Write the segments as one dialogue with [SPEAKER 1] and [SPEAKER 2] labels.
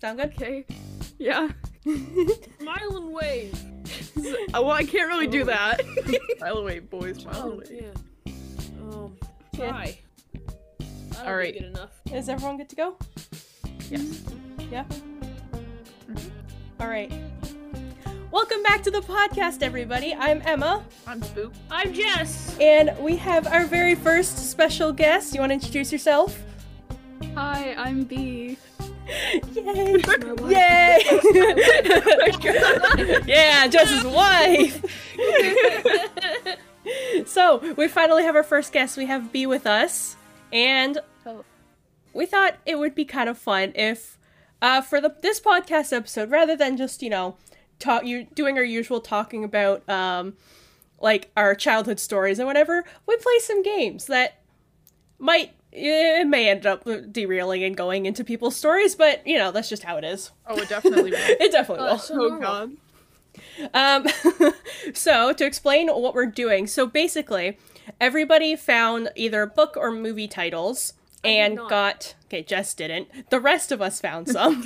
[SPEAKER 1] Sound good?
[SPEAKER 2] Okay. Yeah.
[SPEAKER 3] Smile and wave.
[SPEAKER 2] Oh, well, I can't really do
[SPEAKER 3] Oh.
[SPEAKER 2] that. Smile away, boys. Smile
[SPEAKER 3] Oh,
[SPEAKER 2] away.
[SPEAKER 3] yeah. Um,
[SPEAKER 1] Yeah.
[SPEAKER 3] try. I don't
[SPEAKER 2] All right.
[SPEAKER 3] think it enough.
[SPEAKER 1] Is everyone good to go?
[SPEAKER 2] Yes.
[SPEAKER 1] Yeah? Mm-hmm. All right. Welcome back to the podcast, everybody. I'm Emma,
[SPEAKER 2] I'm spooked.
[SPEAKER 3] I'm Jess.
[SPEAKER 1] and we have our very first special guest. You want to introduce yourself?
[SPEAKER 2] Hi, I'm B.
[SPEAKER 1] Yay!
[SPEAKER 3] My wife.
[SPEAKER 1] Yay! yeah, Jess's wife. so we finally have our first guest. We have B with us, and
[SPEAKER 2] Hello.
[SPEAKER 1] we thought it would be kind of fun if, uh, for the this podcast episode, rather than just you know, talk you doing our usual talking about um, like our childhood stories and whatever, we play some games that might eh, it may end up derailing and going into people's stories, but you know that's just how it is.
[SPEAKER 2] Oh, it definitely will.
[SPEAKER 1] It definitely will.
[SPEAKER 3] so
[SPEAKER 2] Oh
[SPEAKER 3] normal.
[SPEAKER 2] god.
[SPEAKER 1] Um, so to explain what we're doing, so basically, everybody found either book or movie titles and
[SPEAKER 3] not.
[SPEAKER 1] got okay jess didn't the rest of us found some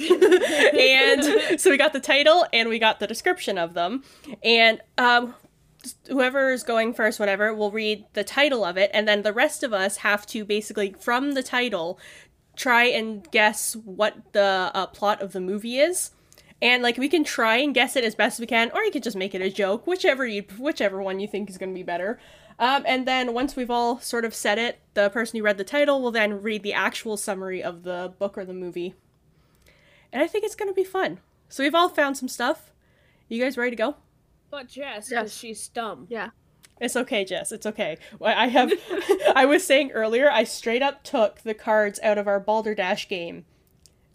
[SPEAKER 1] and so we got the title and we got the description of them and um, whoever is going first whatever will read the title of it and then the rest of us have to basically from the title try and guess what the uh, plot of the movie is and like we can try and guess it as best we can or you could just make it a joke whichever you whichever one you think is going to be better um, and then once we've all sort of said it the person who read the title will then read the actual summary of the book or the movie and i think it's going to be fun so we've all found some stuff you guys ready to go
[SPEAKER 3] But Jess, because
[SPEAKER 2] Yes.
[SPEAKER 3] she's dumb.
[SPEAKER 2] Yeah.
[SPEAKER 1] it's okay, Jess. It's okay. Well, I have. I was saying earlier, I straight up took the cards out of our Balderdash game,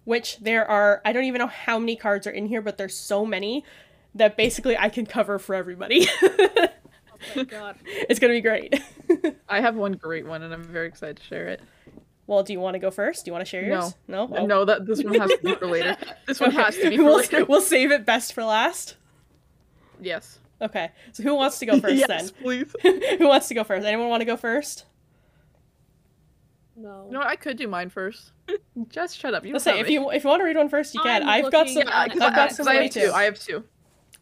[SPEAKER 1] which there are. I don't even know how many cards are in here, but there's so many that basically I can cover for everybody.
[SPEAKER 3] Oh, God.
[SPEAKER 1] it's gonna be great.
[SPEAKER 2] I have one great one, and I'm very excited to share it.
[SPEAKER 1] well, do you want to go first? Do you want to share yours? No. Oh.
[SPEAKER 2] No, that this one has to be for later. This one
[SPEAKER 1] Okay.
[SPEAKER 2] has to be for
[SPEAKER 1] We'll,
[SPEAKER 2] later.
[SPEAKER 1] we'll save it best for last.
[SPEAKER 2] Yes.
[SPEAKER 1] Okay. So who wants to go first
[SPEAKER 2] yes, please.
[SPEAKER 1] then? who wants to go first? Anyone want to go first?
[SPEAKER 3] No.
[SPEAKER 2] No, I could do mine first. Just shut up. You
[SPEAKER 1] Let's say
[SPEAKER 2] have
[SPEAKER 1] if
[SPEAKER 2] it.
[SPEAKER 1] you if you want uh, to read one first, you can.
[SPEAKER 3] I'm
[SPEAKER 1] I've got
[SPEAKER 3] looking
[SPEAKER 1] some.
[SPEAKER 2] Yeah,
[SPEAKER 3] at-
[SPEAKER 1] I've
[SPEAKER 2] 'cause
[SPEAKER 3] I've
[SPEAKER 2] I,
[SPEAKER 1] got some
[SPEAKER 2] I
[SPEAKER 1] later
[SPEAKER 2] have
[SPEAKER 1] too.
[SPEAKER 2] two. I have two.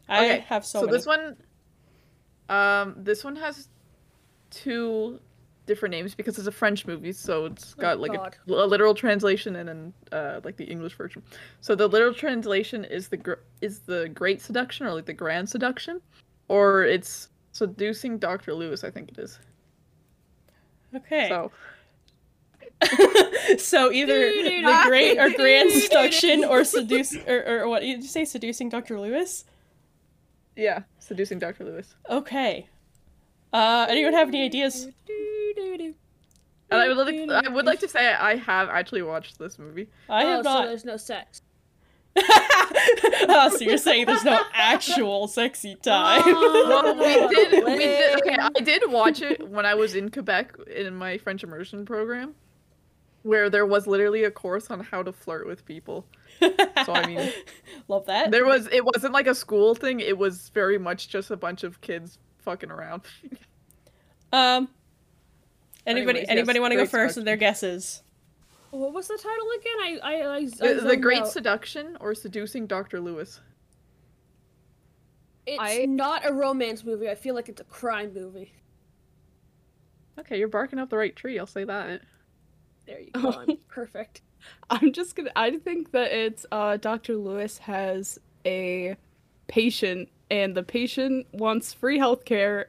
[SPEAKER 1] I
[SPEAKER 2] Okay,
[SPEAKER 1] have so,
[SPEAKER 2] So
[SPEAKER 1] many.
[SPEAKER 2] this one, um, this one has two different names because it's a French movie, so it's
[SPEAKER 1] Oh,
[SPEAKER 2] got like a,
[SPEAKER 3] God.
[SPEAKER 2] a literal translation and then uh, like the English version. So the literal translation is the gr- is the Great Seduction or like the Grand Seduction, or it's seducing Dr. Lewis. I think it is.
[SPEAKER 1] Okay. So,
[SPEAKER 2] So
[SPEAKER 1] either the great or grand seduction or seduce or, or what did you say seducing Dr. Lewis?
[SPEAKER 2] yeah, seducing Dr. Lewis.
[SPEAKER 1] Okay. Uh anyone have any ideas?
[SPEAKER 2] And I would like I would like to say I have actually watched this movie.
[SPEAKER 1] I
[SPEAKER 3] oh,
[SPEAKER 1] have
[SPEAKER 3] So
[SPEAKER 1] not.
[SPEAKER 3] there's no sex.
[SPEAKER 1] oh, so you're saying there's no actual sexy time.
[SPEAKER 2] No,
[SPEAKER 3] Oh,
[SPEAKER 2] we did. We
[SPEAKER 3] lame.
[SPEAKER 2] did. Okay, I did watch it when I was in Quebec in my French immersion program, where there was literally a course on how to flirt with people. So I mean,
[SPEAKER 1] Love that.
[SPEAKER 2] there was. It wasn't like a school thing. It was very much just a bunch of kids fucking around.
[SPEAKER 1] Um anybody
[SPEAKER 2] Anyways, yes,
[SPEAKER 1] anybody want to go
[SPEAKER 2] great
[SPEAKER 1] first with their guesses?
[SPEAKER 3] What was the title again? I I I, I
[SPEAKER 2] The, the
[SPEAKER 3] zoned
[SPEAKER 2] Great
[SPEAKER 3] out.
[SPEAKER 2] Seduction or Seducing Dr. Lewis.
[SPEAKER 3] It's
[SPEAKER 2] I-
[SPEAKER 3] not a romance movie. I feel like it's a crime movie.
[SPEAKER 2] Okay, you're barking up the right tree. I'll say that.
[SPEAKER 3] There you go. I'm perfect.
[SPEAKER 4] I'm just gonna. I think that it's uh, Dr. Lewis has a patient, and the patient wants free healthcare.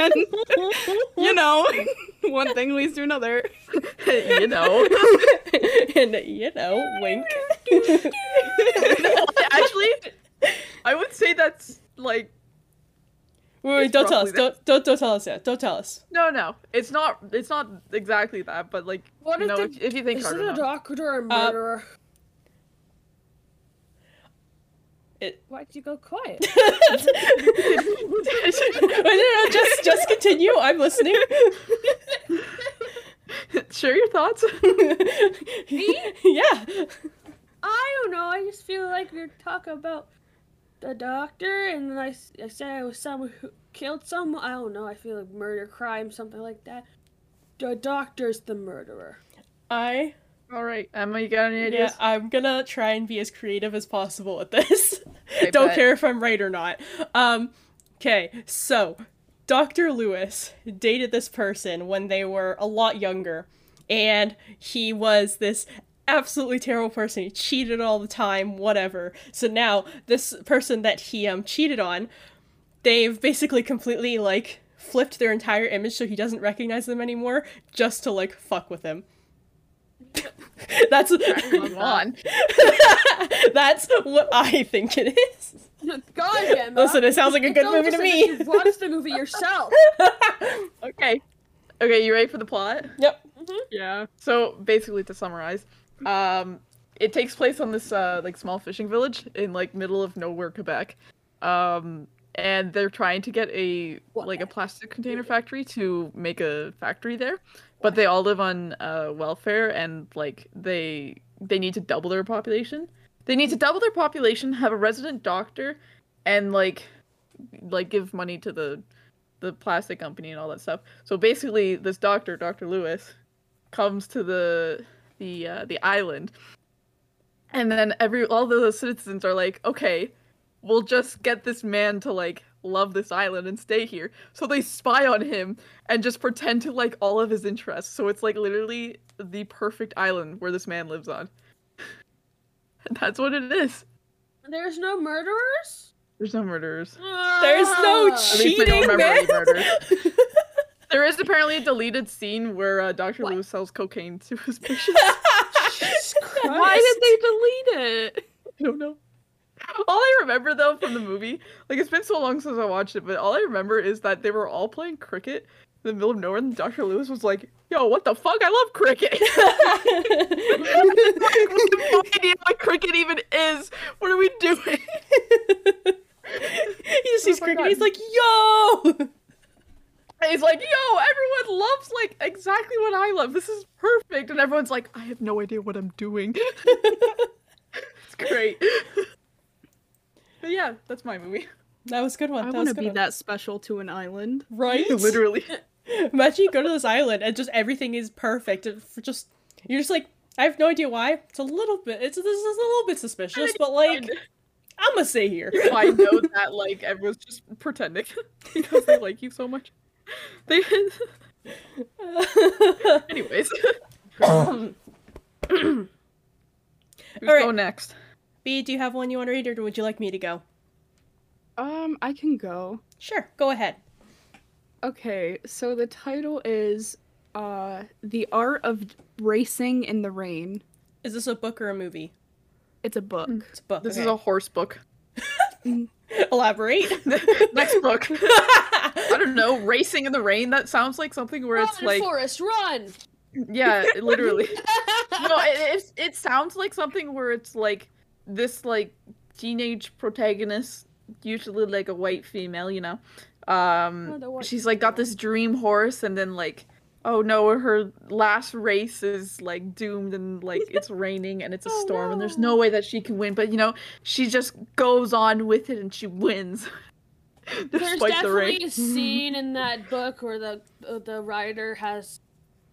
[SPEAKER 4] and, you know, one thing leads to another.
[SPEAKER 2] you know.
[SPEAKER 1] and you know, wink.
[SPEAKER 2] No, actually, I would say that's like
[SPEAKER 1] Wait, wait,
[SPEAKER 2] It's
[SPEAKER 1] don't tell us.
[SPEAKER 2] roughly that.
[SPEAKER 1] Don't, don't don't tell us yet. Don't tell us.
[SPEAKER 2] No, no, it's not. It's not exactly that, but like,
[SPEAKER 3] What
[SPEAKER 2] you
[SPEAKER 3] if
[SPEAKER 2] know,
[SPEAKER 3] the-
[SPEAKER 2] if, if you think
[SPEAKER 3] Is it
[SPEAKER 2] hard
[SPEAKER 3] a
[SPEAKER 2] enough,
[SPEAKER 3] doctor or a murderer?
[SPEAKER 1] It-
[SPEAKER 3] Why'd you go quiet?
[SPEAKER 1] Wait, no, no, no, just just continue. I'm listening.
[SPEAKER 2] share your thoughts.
[SPEAKER 1] yeah.
[SPEAKER 3] I don't know. I just feel like we are talking about the doctor, and then I, s- I said I was someone who killed someone. I don't know. I feel like murder, crime, something like that. The doctor's the murderer.
[SPEAKER 1] I
[SPEAKER 2] All right, Emma, you got any
[SPEAKER 1] Yeah,
[SPEAKER 2] ideas?
[SPEAKER 1] I'm gonna try and be as creative as possible with this.
[SPEAKER 2] I
[SPEAKER 1] Don't
[SPEAKER 2] bet.
[SPEAKER 1] care if I'm right or not. Um, okay, so Dr. Lewis dated this person when they were a lot younger, and he was this absolutely terrible person. He cheated all the time, whatever. So now this person that he um cheated on, they've basically completely like flipped their entire image so he doesn't recognize them anymore, just to like fuck with him. That's
[SPEAKER 2] Move on.
[SPEAKER 1] that's what I think it is.
[SPEAKER 3] God, Emma.
[SPEAKER 1] Listen, it sounds like a
[SPEAKER 3] It
[SPEAKER 1] good
[SPEAKER 3] sounds
[SPEAKER 1] movie to
[SPEAKER 3] just as if
[SPEAKER 1] me.
[SPEAKER 3] You watched the movie yourself.
[SPEAKER 2] Okay. Okay, you ready for the plot?
[SPEAKER 1] Yep.
[SPEAKER 2] Yeah. So basically, to summarize, um, it takes place on this uh, like small fishing village in like middle of nowhere, Quebec, um, and they're trying to get a like a plastic container factory to make a factory there, but they all live on uh, welfare and like they they need to double their population. They need to double their population, have a resident doctor, and like like give money to the the plastic company and all that stuff. So basically, this doctor, Doctor Lewis, comes to the the uh, the island, and then every all the citizens are like, okay, we'll just get this man to like love this island and stay here. So they spy on him and just pretend to like all of his interests. So it's like literally the perfect island where this man lives on. That's what it is.
[SPEAKER 3] There's no murderers.
[SPEAKER 2] There's no murderers.
[SPEAKER 1] There's no
[SPEAKER 3] Ah.
[SPEAKER 2] At least I don't
[SPEAKER 1] cheating,
[SPEAKER 2] remember
[SPEAKER 1] man.
[SPEAKER 2] any murders. There is apparently a deleted scene where uh, Dr.
[SPEAKER 3] What?
[SPEAKER 2] Lewis sells cocaine to his patients.
[SPEAKER 4] Why did they delete it?
[SPEAKER 2] I don't know. All I remember though from the movie, like it's been so long since I watched it, but all I remember is that they were all playing cricket in the middle of nowhere, and Dr. Lewis was like, "Yo, what the fuck? I love cricket. I have no idea what cricket even is. What are we doing?"
[SPEAKER 1] he just sees
[SPEAKER 2] Oh my
[SPEAKER 1] cricket.
[SPEAKER 2] God.
[SPEAKER 1] He's like, yo.
[SPEAKER 2] And he's like, "Yo, everyone loves like exactly what I love. This is perfect." And everyone's like, "I have no idea what I'm doing." it's great. but yeah, that's my movie.
[SPEAKER 1] That was a good one.
[SPEAKER 4] I
[SPEAKER 1] that
[SPEAKER 4] want
[SPEAKER 1] was
[SPEAKER 4] to
[SPEAKER 1] a good
[SPEAKER 4] be
[SPEAKER 1] one.
[SPEAKER 4] that special to an island.
[SPEAKER 1] Right?
[SPEAKER 2] Literally.
[SPEAKER 1] Imagine you go to this island and just everything is perfect. It f- just you're just like, I have no idea why. It's a little bit. It's this is a little bit suspicious, but like, I'm gonna stay here.
[SPEAKER 2] I know that like everyone's just pretending because they like you so much. They anyways. Who's
[SPEAKER 1] Alright.
[SPEAKER 2] go next?
[SPEAKER 1] B, do you have one you want to read, or would you like me to go?
[SPEAKER 4] Um, I can go.
[SPEAKER 1] Sure, go ahead.
[SPEAKER 4] Okay, so the title is uh The Art of Racing in the Rain.
[SPEAKER 1] Is this a book or a movie?
[SPEAKER 4] It's a book.
[SPEAKER 1] It's a book.
[SPEAKER 2] This is
[SPEAKER 1] okay.
[SPEAKER 2] a horse book.
[SPEAKER 1] elaborate.
[SPEAKER 2] next book. I don't know. Racing in the rain. That sounds like something where
[SPEAKER 3] Run,
[SPEAKER 2] it's like
[SPEAKER 3] Forrest, run!
[SPEAKER 2] yeah, literally. no, it, it's, it sounds like something where it's like this like teenage protagonist, usually like a white female, you know. Um,
[SPEAKER 3] Oh, the white
[SPEAKER 2] she's like got this dream horse, and then like, oh no, her last race is like doomed, and like it's raining and it's a
[SPEAKER 3] Oh,
[SPEAKER 2] storm, and there's
[SPEAKER 3] no.
[SPEAKER 2] no way that she can win. But you know, she just goes on with it and she wins.
[SPEAKER 3] There's
[SPEAKER 2] Despite the rain.
[SPEAKER 3] definitely a scene in that book where the uh, the rider has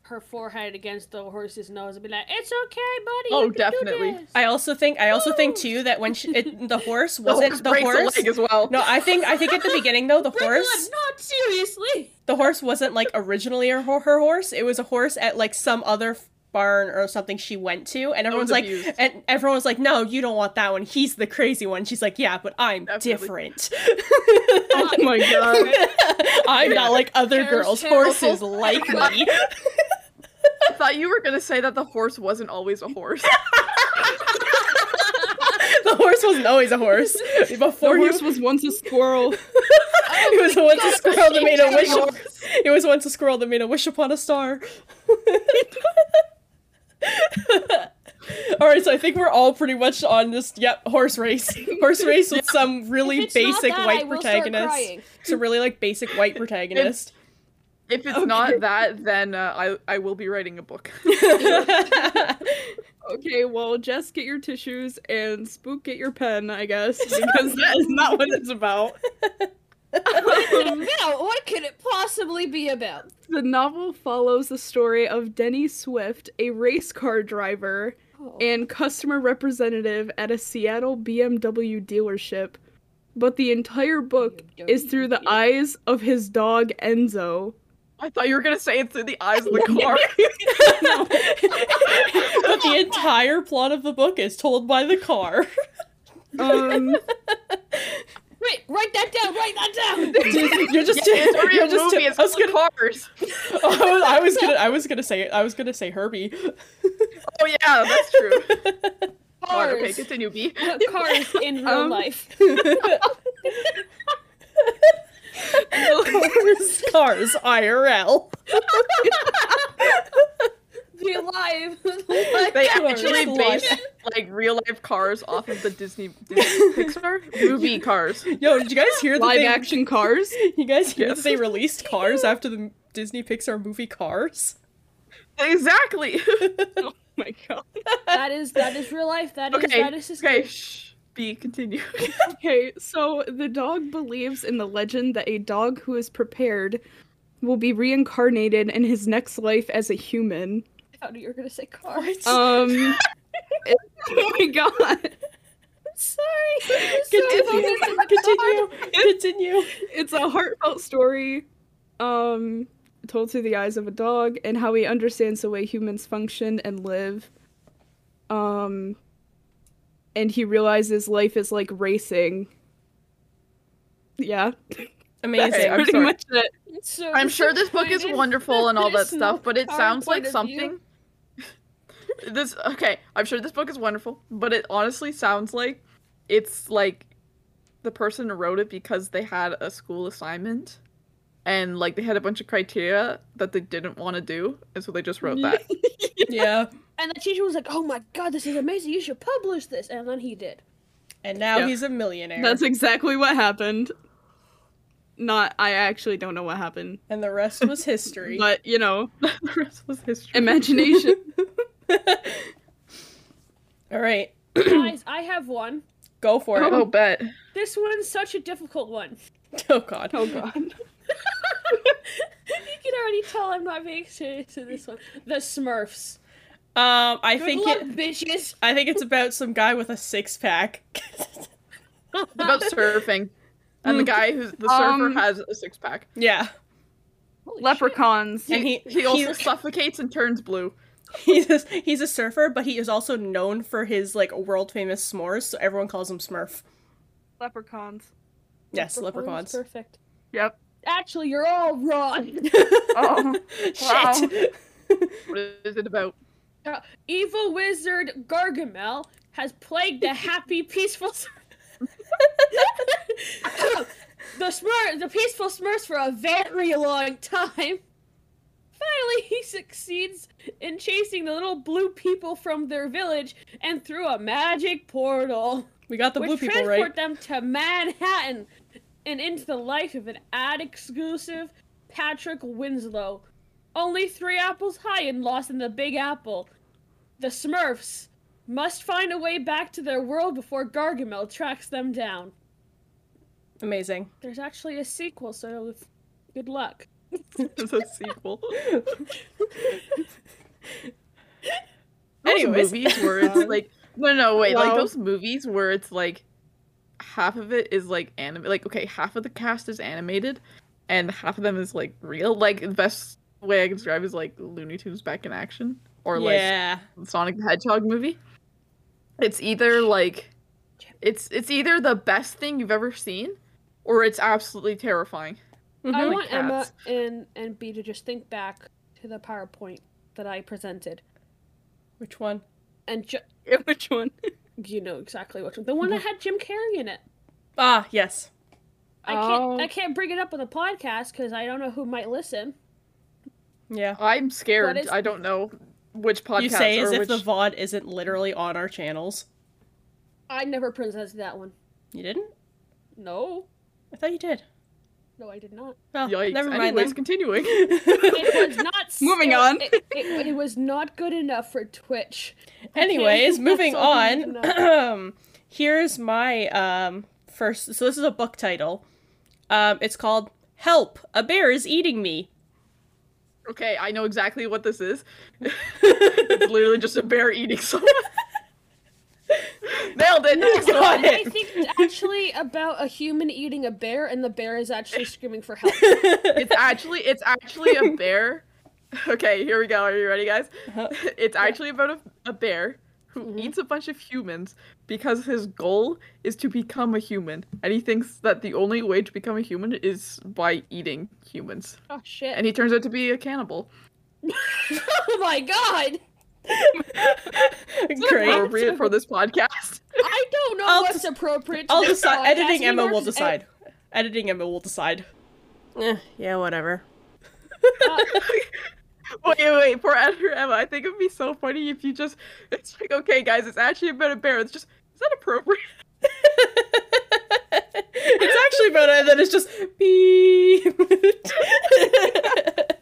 [SPEAKER 3] her forehead against the horse's nose and be like, "It's okay, buddy."
[SPEAKER 2] Oh,
[SPEAKER 3] you can do
[SPEAKER 2] definitely.
[SPEAKER 3] this."
[SPEAKER 1] I also think I also think too that when she, it, the horse wasn't the
[SPEAKER 2] breaks a
[SPEAKER 1] horse.
[SPEAKER 2] leg as well.
[SPEAKER 1] No, I think I think at the beginning though the
[SPEAKER 3] Bring it
[SPEAKER 1] horse
[SPEAKER 3] on, not seriously.
[SPEAKER 1] the horse wasn't like originally her, her horse. It was a horse at like some other f- barn or something she went to, and everyone's
[SPEAKER 2] was
[SPEAKER 1] like,
[SPEAKER 2] abused.
[SPEAKER 1] and everyone was like, no, you don't want that one. He's the crazy one. She's like, yeah, but I'm
[SPEAKER 2] Definitely.
[SPEAKER 1] different.
[SPEAKER 4] Oh my god.
[SPEAKER 1] I'm not like other
[SPEAKER 3] There's
[SPEAKER 1] girls.
[SPEAKER 3] terrible-
[SPEAKER 1] Horses like me.
[SPEAKER 2] I thought you were gonna say that the horse wasn't always a horse.
[SPEAKER 1] the horse wasn't always a horse.
[SPEAKER 4] The
[SPEAKER 1] Before he
[SPEAKER 4] horse was once a squirrel.
[SPEAKER 3] Oh
[SPEAKER 1] it was once a squirrel that made a wish. It was once a squirrel that made a wish upon a star. all right, so I think we're all pretty much on this. Yep, horse race, horse race with some really
[SPEAKER 3] If it's not
[SPEAKER 1] basic
[SPEAKER 3] that, I
[SPEAKER 1] white
[SPEAKER 3] will start
[SPEAKER 1] protagonist.
[SPEAKER 3] crying.
[SPEAKER 1] Some really like basic white protagonist.
[SPEAKER 2] If it's not that, then uh, I I will be writing a book.
[SPEAKER 4] Okay, well, Jess, get your tissues and Spook, get your pen, I guess, because that is not what it's about.
[SPEAKER 5] no, what could it possibly be about?
[SPEAKER 6] The novel follows the story of Denny Swift, a race car driver
[SPEAKER 5] Oh.
[SPEAKER 6] and customer representative at a Seattle BMW dealership, but the entire book
[SPEAKER 5] You
[SPEAKER 6] is
[SPEAKER 5] dirty
[SPEAKER 6] through the
[SPEAKER 5] idiot.
[SPEAKER 6] eyes of his dog Enzo.
[SPEAKER 2] I thought you were gonna say it through the eyes of the car.
[SPEAKER 1] but the entire plot of the book is told by the car.
[SPEAKER 6] Um,
[SPEAKER 5] Wait, write that down. Write that down.
[SPEAKER 1] you're just,
[SPEAKER 2] it's already
[SPEAKER 1] you're
[SPEAKER 2] a
[SPEAKER 1] just.
[SPEAKER 2] movie. It's
[SPEAKER 1] I was
[SPEAKER 2] called
[SPEAKER 1] gonna,
[SPEAKER 2] Cars.
[SPEAKER 1] I was gonna, I was gonna say, I was gonna say Herbie.
[SPEAKER 2] Oh yeah, that's true. Car,
[SPEAKER 5] Cars.
[SPEAKER 2] okay, continue. B.
[SPEAKER 5] What cars in real
[SPEAKER 6] Um,
[SPEAKER 5] life?
[SPEAKER 1] cars, cars, IRL.
[SPEAKER 5] Be alive.
[SPEAKER 2] They
[SPEAKER 1] Cars,
[SPEAKER 2] actually
[SPEAKER 1] life.
[SPEAKER 2] based like real life cars off of the Disney, Disney Pixar movie Cars.
[SPEAKER 1] Yo, did you guys hear that
[SPEAKER 6] live
[SPEAKER 1] they,
[SPEAKER 6] action cars.
[SPEAKER 1] You guys hear
[SPEAKER 2] Yes.
[SPEAKER 1] that they released Cars after the Disney Pixar movie Cars?
[SPEAKER 2] Exactly.
[SPEAKER 6] Oh my god.
[SPEAKER 5] that is that is real life. That is
[SPEAKER 2] okay.
[SPEAKER 5] that is just
[SPEAKER 2] Okay. Shh. B. Continue.
[SPEAKER 6] Okay, so the dog believes in the legend that a dog who is prepared will be reincarnated in his next life as a human.
[SPEAKER 5] I thought you were gonna say car.
[SPEAKER 1] What?
[SPEAKER 6] Um Oh my god.
[SPEAKER 5] Sorry.
[SPEAKER 1] continue, continue, continue.
[SPEAKER 6] It's a heartfelt story um told through the eyes of a dog and how he understands the way humans function and live. Um and he realizes life is like racing. Yeah.
[SPEAKER 1] Amazing.
[SPEAKER 2] I'm
[SPEAKER 6] Pretty
[SPEAKER 2] sorry.
[SPEAKER 6] much it.
[SPEAKER 5] So
[SPEAKER 2] I'm sure this book is
[SPEAKER 5] disappointed.
[SPEAKER 2] wonderful and all that
[SPEAKER 5] There's no
[SPEAKER 2] stuff, but it
[SPEAKER 5] car
[SPEAKER 2] sounds like
[SPEAKER 5] point of view.
[SPEAKER 2] something. this okay, I'm sure this book is wonderful, but it honestly sounds like it's like the person who wrote it because they had a school assignment and like they had a bunch of criteria that they didn't want to do, and so they just wrote that.
[SPEAKER 1] Yeah.
[SPEAKER 5] And the teacher was like, "Oh my god, this is amazing! You should publish this." And then he did.
[SPEAKER 1] And now
[SPEAKER 2] Yeah.
[SPEAKER 1] he's a millionaire.
[SPEAKER 6] That's exactly what happened. Not, I actually don't know what happened,
[SPEAKER 1] and the rest was history.
[SPEAKER 6] but you know,
[SPEAKER 2] the rest was history.
[SPEAKER 6] imagination.
[SPEAKER 1] All right,
[SPEAKER 5] Guys, I have one.
[SPEAKER 1] go for it.
[SPEAKER 2] Oh, bet.
[SPEAKER 5] This one's such a difficult one.
[SPEAKER 1] Oh god.
[SPEAKER 6] oh god.
[SPEAKER 5] You can already tell I'm not being serious in this one. The Smurfs.
[SPEAKER 1] Um, I
[SPEAKER 5] Good
[SPEAKER 1] think
[SPEAKER 5] luck,
[SPEAKER 1] it.
[SPEAKER 5] bitches.
[SPEAKER 1] I think it's about some guy with a six pack.
[SPEAKER 2] It's about surfing. And the guy who's the surfer
[SPEAKER 6] Um,
[SPEAKER 2] has a six pack.
[SPEAKER 1] yeah,
[SPEAKER 5] Holy
[SPEAKER 6] Leprechauns.
[SPEAKER 1] and he
[SPEAKER 2] He also suffocates and turns blue.
[SPEAKER 1] he's a, he's a surfer, but he is also known for his like world famous s'mores, so everyone calls him Smurf.
[SPEAKER 6] Leprechauns.
[SPEAKER 5] shit.
[SPEAKER 1] Yes, leprechauns.
[SPEAKER 5] Perfect.
[SPEAKER 2] Yep.
[SPEAKER 5] Actually, you're all wrong.
[SPEAKER 2] Oh,
[SPEAKER 1] Shit.
[SPEAKER 2] what is it about?
[SPEAKER 5] Evil wizard Gargamel has plagued the happy, peaceful. Smurfs. the Smurf, the peaceful Smurfs, for a very long time. Finally, he succeeds in chasing the little blue people from their village and through a magic portal,
[SPEAKER 1] We got the blue
[SPEAKER 5] which
[SPEAKER 1] people
[SPEAKER 5] transport
[SPEAKER 1] right.
[SPEAKER 5] them to Manhattan and into the life of an ad-exclusive Patrick Winslow, only three apples high and lost in the Big Apple. The Smurfs must find a way back to their world before Gargamel tracks them down.
[SPEAKER 1] Amazing.
[SPEAKER 5] There's actually a sequel, so if- good luck.
[SPEAKER 2] It's a sequel.
[SPEAKER 1] Anyways.
[SPEAKER 2] those movies where it's like no, no, wait, like
[SPEAKER 6] Wow.
[SPEAKER 2] those movies where it's like half of it is like anime, like okay, half of the cast is animated, and half of them is like real. Like the best way I can describe is like Looney Tunes back in action, or
[SPEAKER 1] yeah.
[SPEAKER 5] Oh,
[SPEAKER 2] like Sonic the Hedgehog movie. It's either like it's it's either the best thing you've ever seen, or it's absolutely terrifying.
[SPEAKER 5] I
[SPEAKER 1] Mhm.
[SPEAKER 5] want
[SPEAKER 2] cats.
[SPEAKER 5] Emma and, and B to just think back to the PowerPoint that I presented.
[SPEAKER 1] Which one?
[SPEAKER 5] And ju-
[SPEAKER 6] Yeah, which one?
[SPEAKER 5] you know exactly which one. The one that
[SPEAKER 1] Mm-hmm.
[SPEAKER 5] had Jim Carrey in it.
[SPEAKER 1] Ah, yes.
[SPEAKER 5] I can't,
[SPEAKER 6] Oh.
[SPEAKER 5] I can't bring it up on the podcast because I don't know who might listen.
[SPEAKER 1] Yeah.
[SPEAKER 2] I'm scared.
[SPEAKER 5] is-
[SPEAKER 2] I don't know which podcast
[SPEAKER 1] you say
[SPEAKER 2] or
[SPEAKER 1] as if
[SPEAKER 2] which
[SPEAKER 1] the VOD isn't literally on our channels.
[SPEAKER 5] I never presented that one.
[SPEAKER 1] You didn't?
[SPEAKER 5] No,
[SPEAKER 1] I thought you did.
[SPEAKER 5] no, I did not.
[SPEAKER 1] Oh,
[SPEAKER 2] Yikes.
[SPEAKER 1] never mind
[SPEAKER 2] Anyways,
[SPEAKER 1] then.
[SPEAKER 2] continuing.
[SPEAKER 5] It was not. s-
[SPEAKER 6] Moving
[SPEAKER 5] it-
[SPEAKER 6] on.
[SPEAKER 5] It, it- it was not good enough for Twitch.
[SPEAKER 1] Anyways,
[SPEAKER 5] That's
[SPEAKER 1] moving
[SPEAKER 5] all I need to
[SPEAKER 1] on. Here's my um first so this is a book title. Um, it's called Help! A Bear is Eating Me.
[SPEAKER 2] Okay, I know exactly what this is. it's literally just a bear eating someone. Nailed it. Next
[SPEAKER 1] Got
[SPEAKER 2] one.
[SPEAKER 1] it.
[SPEAKER 5] I think it's actually about a human eating a bear, and the bear is actually screaming for help.
[SPEAKER 2] It's actually it's actually a bear. Okay, here we go. Are you ready, guys?
[SPEAKER 1] Uh-huh.
[SPEAKER 2] It's actually about a, a bear who eats a bunch of humans because his goal is to become a human, and he thinks that the only way to become a human is by eating humans.
[SPEAKER 5] oh shit!
[SPEAKER 2] And he turns out to be a cannibal.
[SPEAKER 5] oh my god!
[SPEAKER 1] Great.
[SPEAKER 2] Appropriate for this podcast.
[SPEAKER 5] I don't know
[SPEAKER 1] I'll
[SPEAKER 5] what's
[SPEAKER 1] just-
[SPEAKER 5] appropriate. to
[SPEAKER 1] I'll
[SPEAKER 5] this
[SPEAKER 1] decide.
[SPEAKER 5] podcast.
[SPEAKER 1] Editing
[SPEAKER 5] We
[SPEAKER 1] Emma
[SPEAKER 5] work
[SPEAKER 1] will
[SPEAKER 5] as-
[SPEAKER 1] decide. Editing Emma will decide. Eh, yeah, whatever.
[SPEAKER 5] uh,
[SPEAKER 2] Wait, wait, wait, poor editor Emma. I think it would be so funny if you just. It's like, okay, guys, it's actually about a bear. It's just, is that appropriate?
[SPEAKER 1] it's actually about it. Then it's just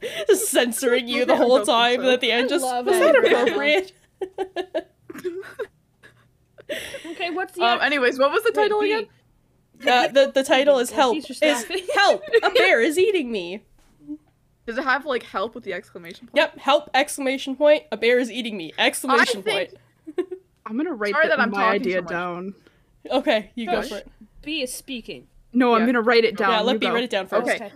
[SPEAKER 1] beep, just censoring you the whole time. And at the end, just
[SPEAKER 5] love
[SPEAKER 1] is that
[SPEAKER 5] it.
[SPEAKER 1] appropriate?
[SPEAKER 5] Okay, what's the
[SPEAKER 2] Um, anyways, what was the title again?
[SPEAKER 1] Uh, the the title is
[SPEAKER 5] Well,
[SPEAKER 1] help.
[SPEAKER 5] these are
[SPEAKER 1] Is
[SPEAKER 5] staffing.
[SPEAKER 1] help? A bear is eating me.
[SPEAKER 2] Does it have, like, help with the exclamation point?
[SPEAKER 1] Yep. Help! Exclamation point. A bear is eating me. Exclamation
[SPEAKER 2] think-
[SPEAKER 1] point.
[SPEAKER 4] I'm gonna write
[SPEAKER 2] Sorry
[SPEAKER 4] that
[SPEAKER 2] that I'm
[SPEAKER 4] my
[SPEAKER 2] talking
[SPEAKER 4] idea
[SPEAKER 2] so much.
[SPEAKER 4] down.
[SPEAKER 1] Okay, you go
[SPEAKER 5] Gosh.
[SPEAKER 1] for it.
[SPEAKER 5] B is speaking.
[SPEAKER 4] No, I'm
[SPEAKER 2] Yeah.
[SPEAKER 4] gonna write it down.
[SPEAKER 1] Yeah,
[SPEAKER 4] you
[SPEAKER 1] let me
[SPEAKER 4] go.
[SPEAKER 1] write it down first.
[SPEAKER 2] Okay.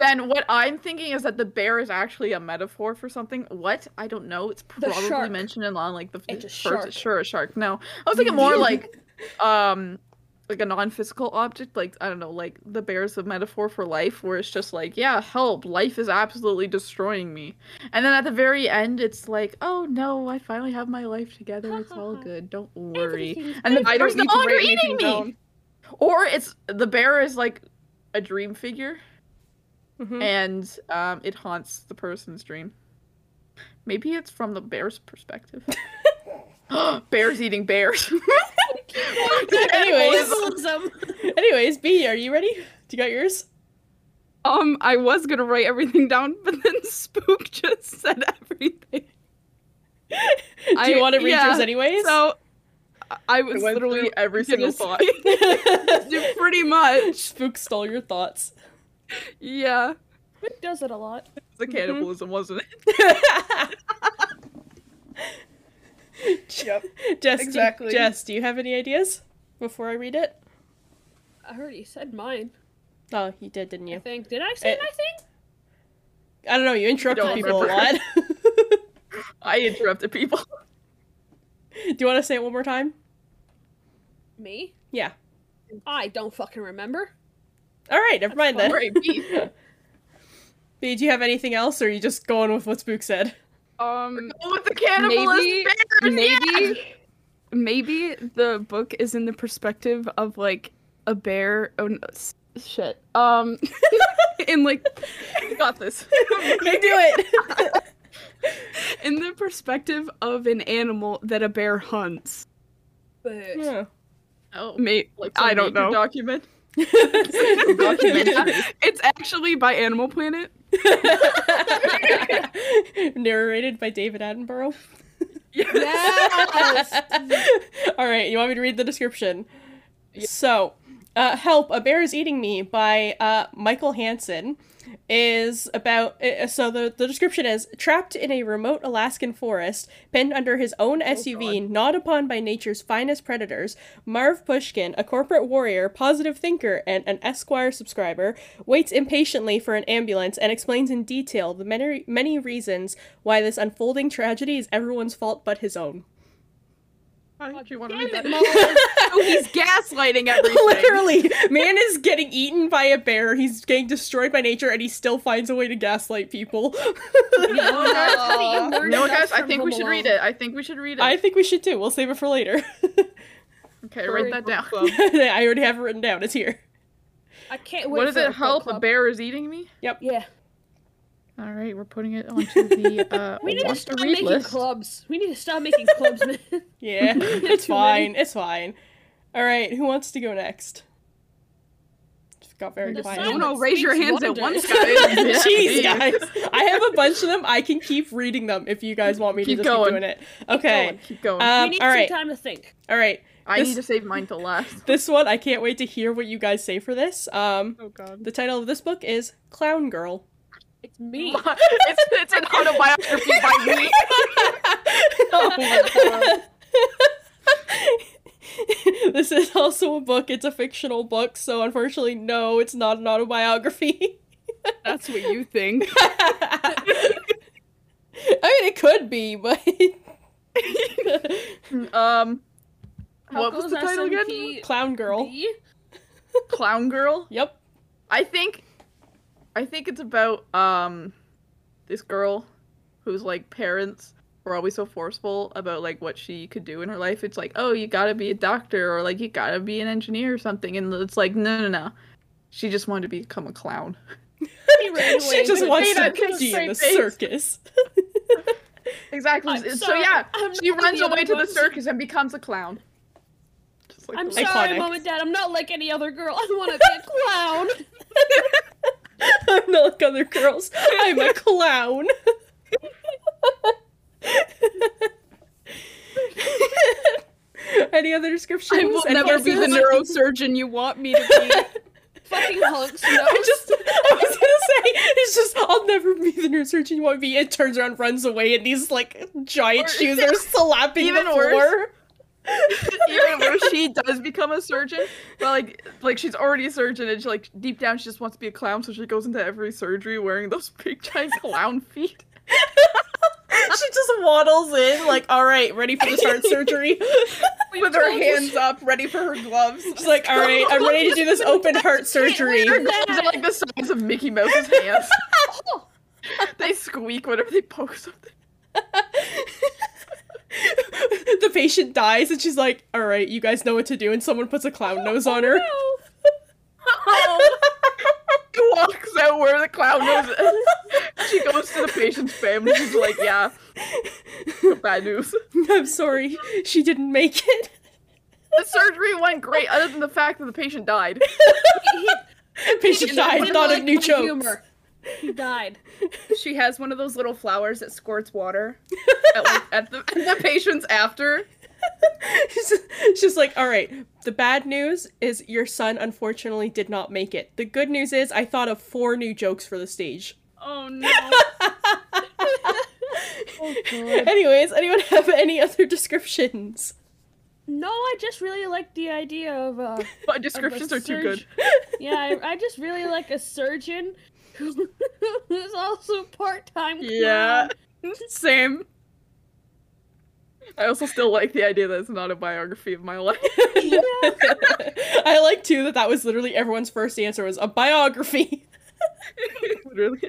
[SPEAKER 2] Then what I'm thinking is that the bear is actually a metaphor for something. What? I don't know. It's probably
[SPEAKER 5] shark.
[SPEAKER 2] mentioned in on like the
[SPEAKER 5] It's a
[SPEAKER 2] first.
[SPEAKER 5] shark.
[SPEAKER 2] Sure, a shark. No, I was thinking more like, um, like a non-physical object. Like I don't know. Like the bear is a metaphor for life, where it's just like, yeah, help. Life is absolutely destroying me. And then at the very end, it's like, oh no, I finally have my life together. It's all good. Don't worry.
[SPEAKER 5] Everything's
[SPEAKER 2] And the
[SPEAKER 4] I
[SPEAKER 2] bear's
[SPEAKER 4] don't
[SPEAKER 2] no
[SPEAKER 4] need to
[SPEAKER 2] longer
[SPEAKER 4] write
[SPEAKER 2] eating
[SPEAKER 4] anything
[SPEAKER 2] me.
[SPEAKER 4] down.
[SPEAKER 2] Or it's the bear is like a dream figure
[SPEAKER 1] Mhm.
[SPEAKER 2] and um, it haunts the person's dream. Maybe it's from the bear's perspective. bears eating bears.
[SPEAKER 1] Anyways,
[SPEAKER 5] Cannibalism.
[SPEAKER 1] anyways, B, are you ready? Do you got yours?
[SPEAKER 4] Um, I was gonna write everything down, but then Spook just said everything.
[SPEAKER 1] Do you
[SPEAKER 4] I-
[SPEAKER 1] want to read
[SPEAKER 4] yeah,
[SPEAKER 1] yours anyways?
[SPEAKER 4] So I- I was
[SPEAKER 2] went through
[SPEAKER 4] literally
[SPEAKER 2] every
[SPEAKER 4] gonna
[SPEAKER 2] single thought.
[SPEAKER 4] say- pretty much.
[SPEAKER 1] Spook stole your thoughts.
[SPEAKER 4] Yeah.
[SPEAKER 5] Rick does it a lot.
[SPEAKER 2] the cannibalism, wasn't it?
[SPEAKER 1] yep. Jess,
[SPEAKER 2] Exactly.
[SPEAKER 1] Do, Jess, do you have any ideas before I read it?
[SPEAKER 5] I already said mine.
[SPEAKER 1] Oh, you did, didn't
[SPEAKER 5] I
[SPEAKER 1] you?
[SPEAKER 5] think. Did I say
[SPEAKER 1] Eh.
[SPEAKER 5] my thing?
[SPEAKER 1] I don't know. You interrupted
[SPEAKER 2] don't
[SPEAKER 1] people
[SPEAKER 2] remember.
[SPEAKER 1] a lot. do
[SPEAKER 2] I interrupted people.
[SPEAKER 1] you want to say it one more time?
[SPEAKER 5] Me?
[SPEAKER 1] Yeah.
[SPEAKER 5] I don't fucking remember.
[SPEAKER 1] All right. Never mind then.
[SPEAKER 2] Great beef.
[SPEAKER 1] B, do you have anything else, or are you just going with what Spook said?
[SPEAKER 4] Um
[SPEAKER 2] Oh, with the cannibalist
[SPEAKER 4] Maybe-
[SPEAKER 2] bears.
[SPEAKER 4] maybe maybe the book is in the perspective of like a bear oh no s- shit. Um in like
[SPEAKER 2] yeah! You got this.
[SPEAKER 1] you do it.
[SPEAKER 4] in the perspective of an animal that a bear hunts.
[SPEAKER 5] But
[SPEAKER 1] Yeah.
[SPEAKER 2] Oh,
[SPEAKER 4] May-
[SPEAKER 2] like some
[SPEAKER 4] I don't
[SPEAKER 2] nature
[SPEAKER 4] know.
[SPEAKER 2] Document. documentary.
[SPEAKER 4] it's actually by Animal Planet.
[SPEAKER 1] Narrated by David Attenborough.
[SPEAKER 5] yes.
[SPEAKER 1] All right, you want me to read the description? So, uh, "Help! A Bear Is Eating Me" by uh, Michael Hansen is about. Uh, so the the description is: trapped in a remote Alaskan forest, penned under his own SUV, gnawed upon by nature's finest predators, Marv Pushkin, a corporate warrior, positive thinker, and an Esquire subscriber, waits impatiently for an ambulance and explains in detail the many many reasons why this unfolding tragedy is everyone's fault but his own.
[SPEAKER 2] Why do you want to read that?
[SPEAKER 4] Oh, he's gaslighting everything.
[SPEAKER 1] Literally, man is getting eaten by a bear. He's getting destroyed by nature, and he still finds a way to gaslight people.
[SPEAKER 5] Oh.
[SPEAKER 2] No, guys, I think we should read it. I think we should read it.
[SPEAKER 1] I think we should too. We'll save it for later.
[SPEAKER 2] Okay, write that down.
[SPEAKER 1] I already have it written down. It's here.
[SPEAKER 5] I can't wait.
[SPEAKER 2] What is
[SPEAKER 5] for
[SPEAKER 2] it?
[SPEAKER 5] the book
[SPEAKER 2] Help! A
[SPEAKER 5] club.
[SPEAKER 2] bear is eating me.
[SPEAKER 5] Yeah.
[SPEAKER 2] All right, we're putting it onto the uh,
[SPEAKER 5] We need to
[SPEAKER 2] want to
[SPEAKER 5] stop
[SPEAKER 2] read
[SPEAKER 5] making
[SPEAKER 2] list.
[SPEAKER 5] clubs. We need to stop making clubs. man.
[SPEAKER 1] Yeah, it's
[SPEAKER 5] Too many.
[SPEAKER 1] fine. It's fine. All right, who wants to go next? It Got very
[SPEAKER 5] The
[SPEAKER 1] quiet.
[SPEAKER 5] silence
[SPEAKER 4] No, no, raise your
[SPEAKER 5] speaks
[SPEAKER 4] hands at
[SPEAKER 5] wonders.
[SPEAKER 4] once,
[SPEAKER 2] guys.
[SPEAKER 1] Jeez,
[SPEAKER 2] Yeah.
[SPEAKER 1] guys, I have a bunch of them. I can keep reading them if you guys want me to
[SPEAKER 2] Keep
[SPEAKER 1] just
[SPEAKER 2] going.
[SPEAKER 1] keep doing it. Okay.
[SPEAKER 2] Keep going.
[SPEAKER 1] Um,
[SPEAKER 5] we need
[SPEAKER 1] all
[SPEAKER 5] some
[SPEAKER 1] right.
[SPEAKER 5] time to think.
[SPEAKER 1] All right.
[SPEAKER 2] I
[SPEAKER 1] This-
[SPEAKER 2] need to save mine to last.
[SPEAKER 1] This one, I can't wait to hear what you guys say for this. Um,
[SPEAKER 4] Oh god.
[SPEAKER 1] the title of this book is Clown Girl.
[SPEAKER 5] It's me.
[SPEAKER 2] it's, it's an autobiography by me.
[SPEAKER 1] this is also a book. It's a fictional book, so unfortunately, no, it's not an autobiography.
[SPEAKER 4] That's what you think.
[SPEAKER 1] I mean, it could be, but
[SPEAKER 2] Um,
[SPEAKER 5] How
[SPEAKER 2] what was
[SPEAKER 5] goes
[SPEAKER 2] the title again?
[SPEAKER 5] SMP?
[SPEAKER 1] clown girl.
[SPEAKER 5] Me?
[SPEAKER 2] Clown Girl.
[SPEAKER 1] Yep.
[SPEAKER 2] I think, I think it's about um, this girl, whose like parents were always so forceful about like what she could do in her life. It's like, oh, you gotta be a doctor or like you gotta be an engineer or something, and it's like, no, no, no. She just wanted to become a clown.
[SPEAKER 5] He ran away.
[SPEAKER 1] She just
[SPEAKER 5] Could've
[SPEAKER 1] wants
[SPEAKER 5] made
[SPEAKER 1] to
[SPEAKER 5] that could've
[SPEAKER 1] be in
[SPEAKER 5] saved
[SPEAKER 1] the
[SPEAKER 2] face.
[SPEAKER 1] circus.
[SPEAKER 2] Exactly.
[SPEAKER 5] I'm
[SPEAKER 2] so
[SPEAKER 5] sorry,
[SPEAKER 2] yeah,
[SPEAKER 5] I'm
[SPEAKER 2] she
[SPEAKER 5] not
[SPEAKER 2] runs
[SPEAKER 5] the other
[SPEAKER 2] away to the
[SPEAKER 5] person.
[SPEAKER 2] circus and becomes a clown. Just like
[SPEAKER 5] I'm
[SPEAKER 2] the-
[SPEAKER 5] sorry,
[SPEAKER 1] Iconic.
[SPEAKER 5] mom and dad. I'm not like any other girl. I want to be a clown.
[SPEAKER 1] I'm not like other girls. I'm a clown. Any other descriptions?
[SPEAKER 4] I will
[SPEAKER 1] Any
[SPEAKER 4] never be the
[SPEAKER 1] guesses?
[SPEAKER 4] neurosurgeon you want me to
[SPEAKER 5] Fucking hunks.
[SPEAKER 1] I
[SPEAKER 5] No.
[SPEAKER 1] just, I was gonna say, it's just, I'll never be the neurosurgeon you want to be. It turns around, runs away, and these like giant shoes are slapping
[SPEAKER 2] Even
[SPEAKER 1] the floor.
[SPEAKER 2] even where she does become a surgeon, but like like she's already a surgeon and she like deep down she just wants to be a clown, so she goes into every surgery wearing those big giant clown feet.
[SPEAKER 1] she just waddles in, like, all right, ready for this heart surgery.
[SPEAKER 2] With her hands up, ready for her gloves.
[SPEAKER 1] She's like, all right, I'm ready to do this open heart surgery.
[SPEAKER 2] Her gloves are like the size of Mickey Mouse's hands. they squeak whenever they poke something.
[SPEAKER 1] the patient dies, and she's like, all right, you guys know what to do, and someone puts a clown nose on her.
[SPEAKER 2] She walks out where the clown nose is. She goes to the patient's family. She's like, yeah, bad news.
[SPEAKER 1] I'm sorry, she didn't make it.
[SPEAKER 2] The surgery went great, other than the fact that the patient died.
[SPEAKER 1] Patient died, thought of new jokes.
[SPEAKER 5] He died.
[SPEAKER 6] She has one of those little flowers that squirts water at, like, at the, at the patients after.
[SPEAKER 1] She's just- she's just like, all right, the bad news is your son unfortunately did not make it. The good news is I thought of four new jokes for the stage.
[SPEAKER 5] Oh no.
[SPEAKER 1] Anyways, anyone have any other descriptions?
[SPEAKER 5] No, I just really like the idea of uh
[SPEAKER 2] My descriptions are too good.
[SPEAKER 5] yeah, I, I just really like a surgeon who- who's also part-time clown.
[SPEAKER 2] Yeah.
[SPEAKER 6] Same.
[SPEAKER 2] I also still like the idea that it's not a biography of my life.
[SPEAKER 1] I like too that that was literally everyone's first answer was a biography.
[SPEAKER 2] Literally.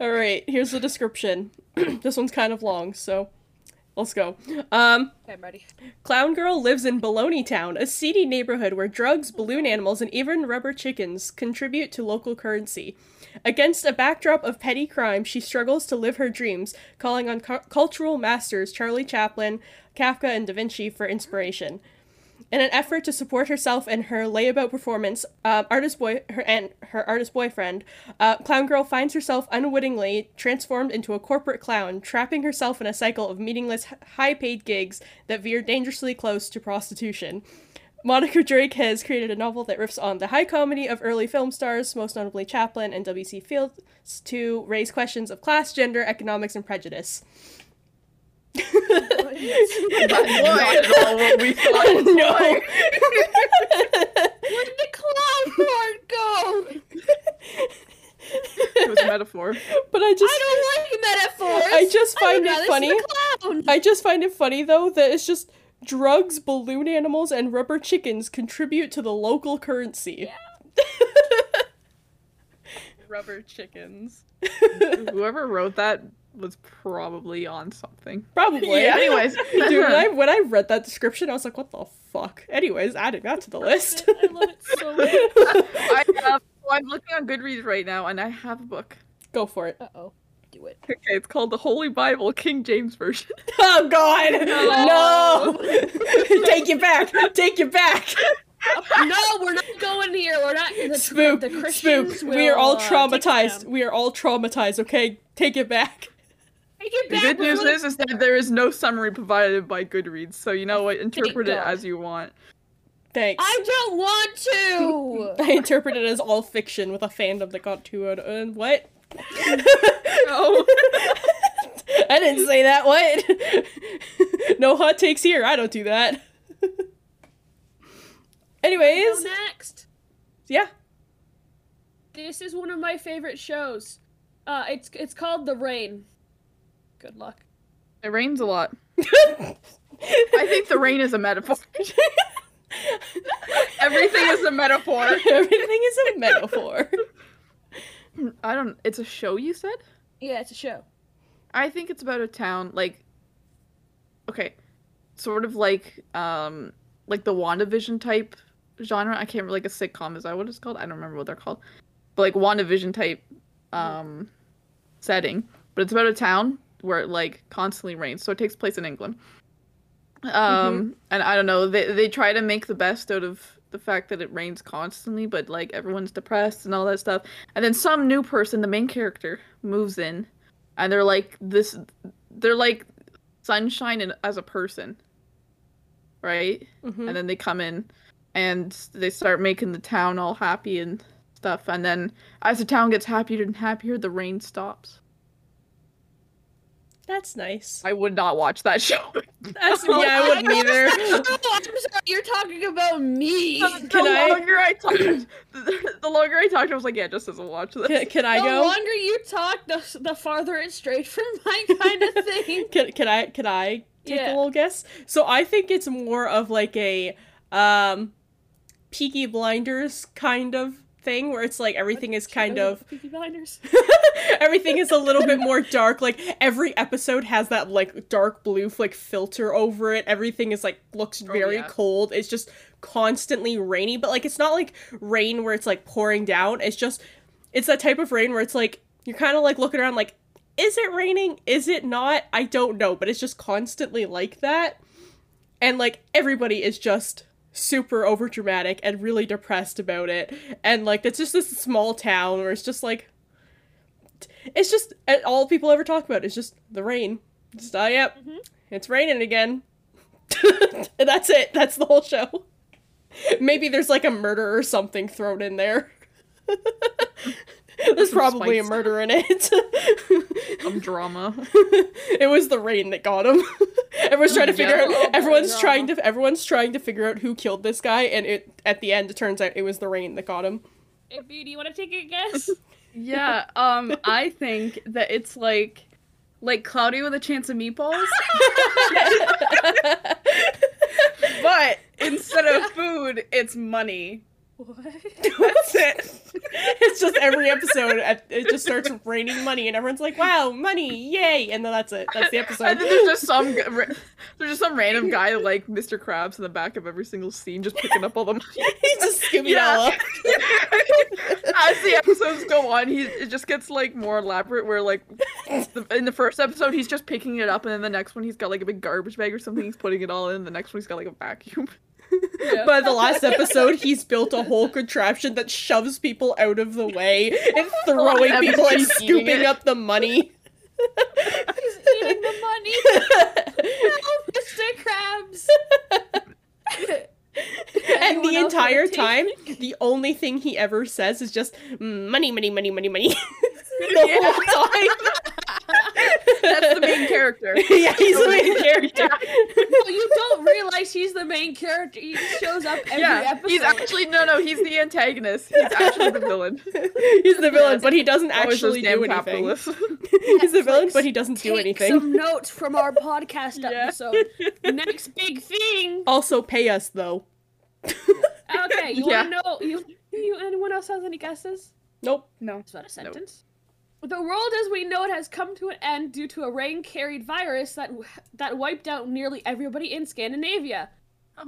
[SPEAKER 1] All right, here's the description. this one's kind of long, so let's go. Um,
[SPEAKER 6] Okay, I'm ready.
[SPEAKER 1] Clown Girl lives in Baloney Town, a seedy neighborhood where drugs, balloon animals, and even rubber chickens contribute to local currency. Against a backdrop of petty crime, she struggles to live her dreams, calling on cu- cultural masters Charlie Chaplin, Kafka, and Da Vinci for inspiration. In an effort to support herself and her layabout performance, um, artist boy her and her artist boyfriend, uh, clown girl finds herself unwittingly transformed into a corporate clown, trapping herself in a cycle of meaningless, h- high-paid gigs that veer dangerously close to prostitution. Monica Drake has created a novel that riffs on the high comedy of early film stars, most notably Chaplin and W.C. Fields, to raise questions of class, gender, economics, and prejudice.
[SPEAKER 2] Not at all what we thought.
[SPEAKER 1] no.
[SPEAKER 5] Where'd the clown part go?
[SPEAKER 2] It was a metaphor.
[SPEAKER 1] But I just
[SPEAKER 5] I don't like metaphors.
[SPEAKER 1] I just find
[SPEAKER 5] I'd
[SPEAKER 1] it
[SPEAKER 5] rather see
[SPEAKER 1] funny.
[SPEAKER 5] the clown.
[SPEAKER 1] I just find it funny though that it's just drugs, balloon animals, and rubber chickens contribute to the local currency.
[SPEAKER 6] Rubber chickens.
[SPEAKER 2] Whoever wrote that was probably on something.
[SPEAKER 1] Probably.
[SPEAKER 2] Yeah, anyways.
[SPEAKER 1] Dude, when I, when I read that description, I was like, what the fuck? Anyways, adding that to the list.
[SPEAKER 5] I love it so much.
[SPEAKER 2] I, uh, so I'm looking on Goodreads right now, and I have a book.
[SPEAKER 1] Go for it.
[SPEAKER 6] Uh-oh. Do it.
[SPEAKER 2] Okay, it's called The Holy Bible, King James Version.
[SPEAKER 1] Oh god! No! Take it back! Take it back!
[SPEAKER 5] No, we're not going here. We're not the,
[SPEAKER 1] Spook!
[SPEAKER 5] the Christians.
[SPEAKER 1] Spook! We are
[SPEAKER 5] will,
[SPEAKER 1] all
[SPEAKER 5] uh,
[SPEAKER 1] traumatized.
[SPEAKER 5] Take,
[SPEAKER 1] We are all traumatized, okay? Take it back.
[SPEAKER 5] it down. Take it it
[SPEAKER 2] The
[SPEAKER 5] back.
[SPEAKER 2] good news
[SPEAKER 5] before the-
[SPEAKER 2] is, is that there is no summary provided by Goodreads, so you know what? Interpret it
[SPEAKER 5] God.
[SPEAKER 2] as you want.
[SPEAKER 1] Thanks.
[SPEAKER 5] I don't want to.
[SPEAKER 1] I interpret it as all fiction with a fandom that got too out and what?
[SPEAKER 2] No.
[SPEAKER 1] I didn't say that. What? no hot takes here. I don't do that.
[SPEAKER 5] Go
[SPEAKER 1] Anyways,
[SPEAKER 5] next.
[SPEAKER 1] yeah.
[SPEAKER 5] This is one of my favorite shows. Uh, it's it's called The Rain. Good luck.
[SPEAKER 2] It rains a lot. I think the rain is a metaphor. Everything is a metaphor.
[SPEAKER 1] Everything is a metaphor.
[SPEAKER 2] I don't. It's a show, you said?
[SPEAKER 5] Yeah, it's a show.
[SPEAKER 2] I think it's about a town like okay, sort of like um like the WandaVision type genre. I can't remember like a sitcom is that what it's called? I don't remember what they're called. But like WandaVision type um setting. But it's about a town where it like constantly rains. So it takes place in England. Um and I don't know, they they try to make the best out of the fact that it rains constantly, but like everyone's depressed and all that stuff. And then some new person, the main character, moves in and they're like this they're like sunshine and, as a person right
[SPEAKER 1] Mhm.
[SPEAKER 5] Mm-hmm.
[SPEAKER 2] and then they come in and they start making the town all happy and stuff and then as the town gets happier and happier the rain stops
[SPEAKER 1] That's nice.
[SPEAKER 2] i would not watch that show
[SPEAKER 1] That's, yeah, I wouldn't either.
[SPEAKER 5] Oh, I'm sorry, you're talking about me.
[SPEAKER 2] the
[SPEAKER 1] Can I-
[SPEAKER 2] longer i talked the, the longer i talked i was like yeah just doesn't watch this
[SPEAKER 1] Can, can I
[SPEAKER 5] the
[SPEAKER 1] go?
[SPEAKER 5] longer you talk, the, s- the farther it's straight from my kind of thing.
[SPEAKER 1] Can, can I can I take
[SPEAKER 5] Yeah.
[SPEAKER 1] a little guess? So I think it's more of like a um Peaky Blinders kind of thing where it's like everything is kind of
[SPEAKER 5] Peaky Blinders.
[SPEAKER 1] everything is a little bit more dark like every episode has that like dark blue like filter over it everything is like looks very
[SPEAKER 2] yeah.
[SPEAKER 1] cold it's just constantly rainy but like it's not like rain where it's like pouring down it's just it's that type of rain where it's like you're kind of like looking around like is it raining is it not i don't know but it's just constantly like that and like everybody is just super over dramatic and really depressed about it and like it's just this small town where it's just like it's just and all people ever talk about is just the rain. Just oh yep,
[SPEAKER 2] Mm-hmm.
[SPEAKER 1] it's raining again. and that's it. That's the whole show. Maybe there's like a murder or something thrown in there. there's
[SPEAKER 2] Some
[SPEAKER 1] probably
[SPEAKER 2] spice.
[SPEAKER 1] a murder in it.
[SPEAKER 2] some drama
[SPEAKER 1] it was the rain that got him. everyone's trying to figure
[SPEAKER 2] Yeah.
[SPEAKER 1] out. Everyone's trying to. Everyone's trying to figure out who killed this guy, and it at the end it turns out it was the rain that got him.
[SPEAKER 5] AB, do you want to take a guess?
[SPEAKER 6] Yeah, um, I think that it's like like cloudy with a chance of meatballs, but instead of food, it's money.
[SPEAKER 5] what?
[SPEAKER 1] That's it. It's just every episode, at- it just starts raining money, and everyone's like, "Wow, money! Yay!" And then that's it. That's the
[SPEAKER 2] and
[SPEAKER 1] episode.
[SPEAKER 2] then there's just some g- ra- there's just some random guy like mr krabs in the back of every single scene just picking up all the money
[SPEAKER 1] He's just Scooby
[SPEAKER 2] Yeah.
[SPEAKER 1] Doo. up.
[SPEAKER 2] as the episodes go on, he it just gets like more elaborate. Where like the, in the first episode, he's just picking it up, and then the next one, he's got like a big garbage bag or something. He's putting it all in. The next one, he's got like a vacuum.
[SPEAKER 1] By the last episode, he's built a whole contraption that shoves people out of the way
[SPEAKER 2] Oh,
[SPEAKER 1] and throwing
[SPEAKER 2] Everybody's
[SPEAKER 1] people and
[SPEAKER 2] eating
[SPEAKER 1] scooping
[SPEAKER 2] it.
[SPEAKER 1] up the money.
[SPEAKER 5] He's eating the money. Oh, Mr. Krabs.
[SPEAKER 1] and
[SPEAKER 5] Anyone
[SPEAKER 1] the
[SPEAKER 5] else wanna
[SPEAKER 1] entire
[SPEAKER 5] take-
[SPEAKER 1] time, the only thing he ever says is just "Mm, money, money, money, money, money. the whole time.
[SPEAKER 6] That's the main character.
[SPEAKER 1] yeah, he's the main character.
[SPEAKER 5] Well, you don't realize he's the main character. He just shows up every
[SPEAKER 2] yeah,
[SPEAKER 5] episode.
[SPEAKER 2] he's actually no, no, he's the antagonist. He's actually the villain.
[SPEAKER 1] he's the villain, but he doesn't
[SPEAKER 2] Always those
[SPEAKER 1] actually
[SPEAKER 2] damn
[SPEAKER 1] do anything.
[SPEAKER 2] capitalists.
[SPEAKER 1] He's the villain, but he doesn't do
[SPEAKER 5] Take
[SPEAKER 1] anything.
[SPEAKER 5] some notes from our podcast episode. Next big thing.
[SPEAKER 1] Also, pay us though.
[SPEAKER 5] Okay, you
[SPEAKER 2] Yeah.
[SPEAKER 5] want to know? You, you, anyone else has any guesses?
[SPEAKER 1] Nope.
[SPEAKER 6] No.
[SPEAKER 5] It's not a sentence. The world as we know it has come to an end due to a rain-carried virus that that wiped out nearly everybody in Scandinavia.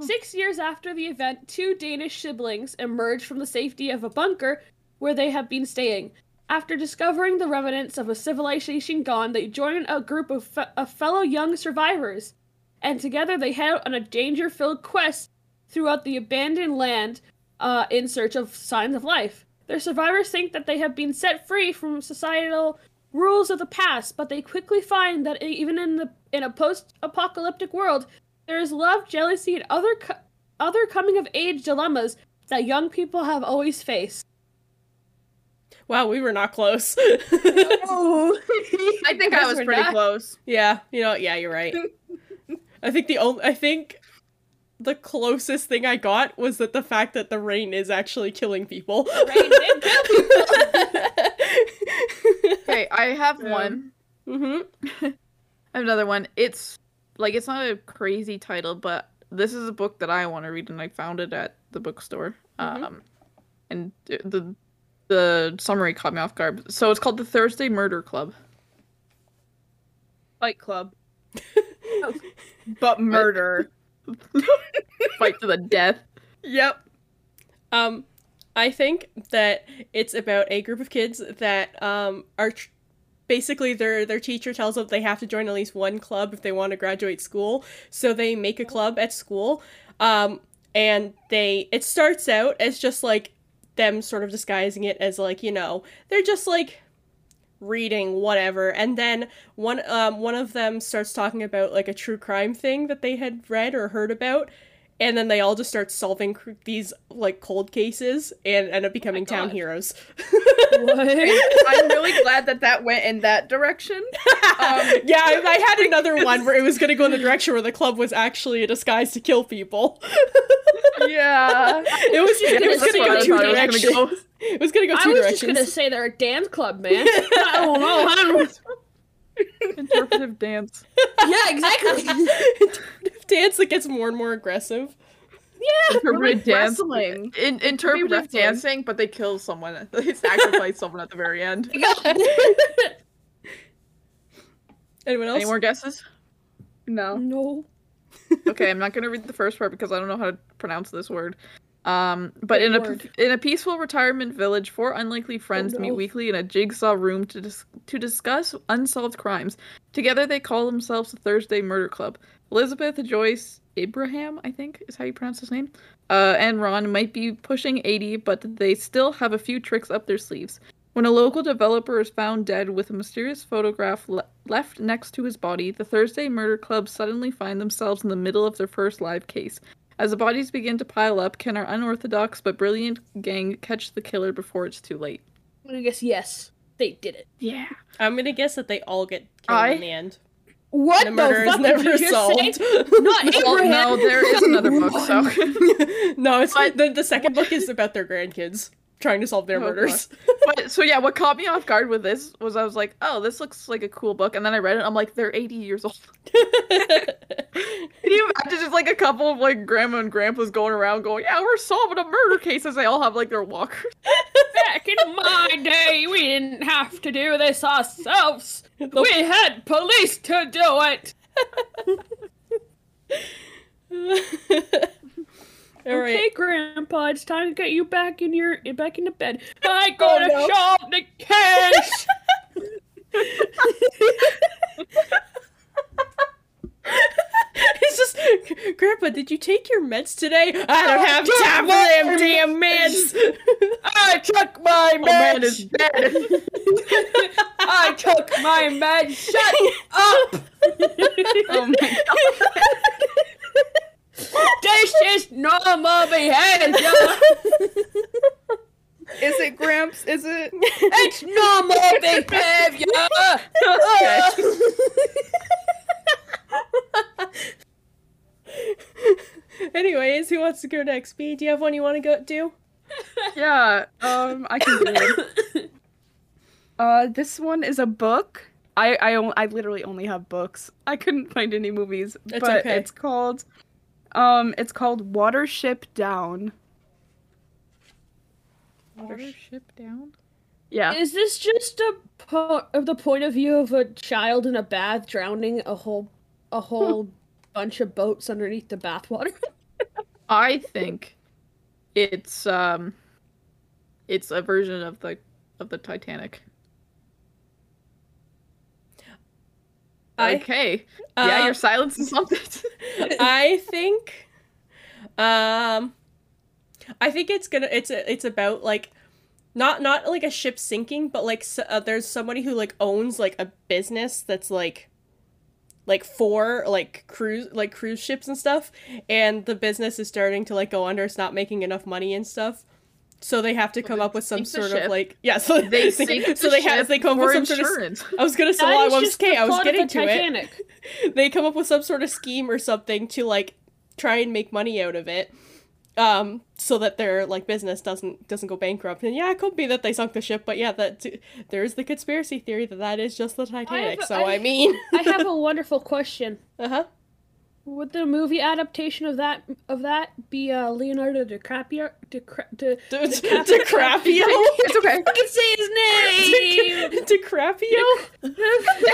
[SPEAKER 5] Six years after the event, two Danish siblings emerge from the safety of a bunker where they have been staying. After discovering the remnants of a civilization gone, they join a group of, fe- of fellow young survivors, and together they head out on a danger-filled quest throughout the abandoned land uh, in search of signs of life. Their survivors think that they have been set free from societal rules of the past, but they quickly find that e-, even in the in a post-apocalyptic world, there is love, jealousy, and other co- other coming-of-age dilemmas that young people have always faced.
[SPEAKER 1] Wow, we were not close.
[SPEAKER 6] I think I
[SPEAKER 5] Guess
[SPEAKER 6] was
[SPEAKER 5] we're
[SPEAKER 6] pretty
[SPEAKER 5] not.
[SPEAKER 6] close.
[SPEAKER 1] yeah, you know, yeah, you're right. I think the only, I think the closest thing I got was that the fact that the rain is actually killing people.
[SPEAKER 2] Okay, I have one.
[SPEAKER 1] hmm
[SPEAKER 2] I have another one. It's like it's not a crazy title, but this is a book that I want to read, and I found it at the bookstore.
[SPEAKER 1] Mhm.
[SPEAKER 2] Um, and th- the the summary caught me off guard. So it's called the Thursday Murder Club,
[SPEAKER 6] Fight Club. but murder.
[SPEAKER 2] fight to the death.
[SPEAKER 1] Yep. Um, I think that it's about a group of kids that um are tr- basically their their teacher tells them they have to join at least one club if they want to graduate school. So they make a club at school. Um, and they it starts out as just like them sort of disguising it as like you know they're just like reading whatever and then one um one of them starts talking about like a true crime thing that they had read or heard about and then they all just start solving cr- these like cold cases and end up becoming
[SPEAKER 2] Oh
[SPEAKER 1] town heroes
[SPEAKER 6] I'm really glad that that went in that direction.
[SPEAKER 1] yeah I, I had another one where it was going to go in the direction where the club was actually a disguise to kill people
[SPEAKER 2] Yeah,
[SPEAKER 1] it was it was
[SPEAKER 2] That's
[SPEAKER 1] going to
[SPEAKER 2] what I
[SPEAKER 1] go two
[SPEAKER 2] thought it was gonna
[SPEAKER 1] directions
[SPEAKER 2] go.
[SPEAKER 1] it was going to go
[SPEAKER 5] I
[SPEAKER 1] two
[SPEAKER 5] was
[SPEAKER 1] directions
[SPEAKER 5] just gonna say they're a dance club, man. I don't know.
[SPEAKER 2] oh,
[SPEAKER 5] I don't know.
[SPEAKER 2] Interpretive dance.
[SPEAKER 5] Yeah, exactly.
[SPEAKER 2] oh.
[SPEAKER 1] dance that gets more and more aggressive
[SPEAKER 2] Interpretive dance.
[SPEAKER 6] Wrestling.
[SPEAKER 2] In, interpretive
[SPEAKER 6] wrestling.
[SPEAKER 2] dancing, but they kill someone. They sacrifice someone at the very end.
[SPEAKER 1] anyone else
[SPEAKER 2] Any more guesses?
[SPEAKER 6] No.
[SPEAKER 5] no.
[SPEAKER 2] okay, I'm not going to read the first part because I don't know how to pronounce this word. Um, but in a
[SPEAKER 5] word.
[SPEAKER 2] in a peaceful retirement village, four unlikely friends meet
[SPEAKER 5] no.
[SPEAKER 2] weekly in a jigsaw room to dis- to discuss unsolved crimes. Together, they call themselves the Thursday Murder Club. Elizabeth Joyce Abraham, I think, is how you pronounce his name, uh, and Ron might be pushing 80, but they still have a few tricks up their sleeves. When a local developer is found dead with a mysterious photograph le- left next to his body, the Thursday Murder Club suddenly find themselves in the middle of their first live case. As the bodies begin to pile up, can our unorthodox but brilliant gang catch the killer before it's too late?
[SPEAKER 5] I guess yes, they did it.
[SPEAKER 2] Yeah.
[SPEAKER 1] i'm going to guess that they all get killed
[SPEAKER 2] I-
[SPEAKER 1] in the end
[SPEAKER 5] What
[SPEAKER 1] the murder is never solved
[SPEAKER 5] Not
[SPEAKER 2] Well, no, there is another book, so.
[SPEAKER 1] no, it's the, the second book is about their grandkids trying to solve their
[SPEAKER 2] Oh,
[SPEAKER 1] murders.
[SPEAKER 2] but, so yeah, what caught me off guard with this was I was like, oh, this looks like a cool book. And then I read it, I'm like, they're 80 years old. Can you imagine just like a couple of like grandma and grandpas going around going, yeah, we're solving a murder case as they all have like their walkers?
[SPEAKER 5] Back in my day, we didn't have to do this ourselves. We had police to do it.
[SPEAKER 1] All right.
[SPEAKER 5] Okay, Grandpa, it's time to get you back in your back into bed. I gotta
[SPEAKER 6] no.
[SPEAKER 5] solve the case.
[SPEAKER 1] It's just, Grandpa, did you take your meds today? I don't have time for them damn meds.
[SPEAKER 5] I took my
[SPEAKER 6] Oh,
[SPEAKER 5] meds.
[SPEAKER 2] man is
[SPEAKER 5] I took my meds. Shut up.
[SPEAKER 2] Oh my
[SPEAKER 5] This is normal behavior.
[SPEAKER 6] Is it Gramps? Is it?
[SPEAKER 5] It's normal behavior.
[SPEAKER 2] god.
[SPEAKER 1] Anyways, who wants to go next? B, do you have one you want to go do?
[SPEAKER 2] yeah, um, I can do it.
[SPEAKER 4] Uh, this one is a book. I I, on- I literally only have books. I couldn't find any movies,
[SPEAKER 1] It's
[SPEAKER 4] but
[SPEAKER 1] okay.
[SPEAKER 4] it's called, um, it's called Watership Down.
[SPEAKER 2] Watership down?
[SPEAKER 4] Yeah,
[SPEAKER 5] Is this just a po- of the point of view of a child in a bath drowning a whole a whole bunch of boats underneath the bathwater?
[SPEAKER 2] I think it's um it's a version of the of the Titanic.
[SPEAKER 1] I-
[SPEAKER 2] okay. yeah,
[SPEAKER 1] Uh,
[SPEAKER 2] your silence is something.
[SPEAKER 1] I think um I think it's gonna it's it's about like not not like a ship sinking, but like s uh, there's somebody who like owns like a business that's like like for like cruise like cruise ships and stuff, and the business is starting to like go under. It's not making enough money and stuff. So they have to come up with some
[SPEAKER 2] sink the
[SPEAKER 1] sort of
[SPEAKER 2] ship.
[SPEAKER 1] like yeah. So
[SPEAKER 2] They
[SPEAKER 1] so
[SPEAKER 2] sink the
[SPEAKER 1] they have
[SPEAKER 2] ship
[SPEAKER 1] they come up
[SPEAKER 2] for
[SPEAKER 1] with some sort of.
[SPEAKER 2] insurance.
[SPEAKER 1] I was gonna say
[SPEAKER 5] That
[SPEAKER 1] well, I
[SPEAKER 5] is
[SPEAKER 1] was
[SPEAKER 5] just the
[SPEAKER 1] okay. I was
[SPEAKER 5] plot of
[SPEAKER 1] getting
[SPEAKER 5] the
[SPEAKER 1] to it.
[SPEAKER 5] Titanic.
[SPEAKER 1] They come up with some sort of scheme or something to like try and make money out of it, um, so that their like business doesn't doesn't go bankrupt. And yeah, it could be that they sunk the ship, but yeah, that there is the conspiracy theory that that is just the Titanic.
[SPEAKER 5] have-
[SPEAKER 1] so I,
[SPEAKER 5] I-
[SPEAKER 1] mean,
[SPEAKER 5] I have a wonderful question.
[SPEAKER 1] uh huh.
[SPEAKER 5] Would the movie adaptation of that of that be uh, Leonardo DiCaprio? DiCra- Di-
[SPEAKER 1] DiCaprio.
[SPEAKER 6] It's okay.
[SPEAKER 5] I can say his name.
[SPEAKER 1] DiCaprio.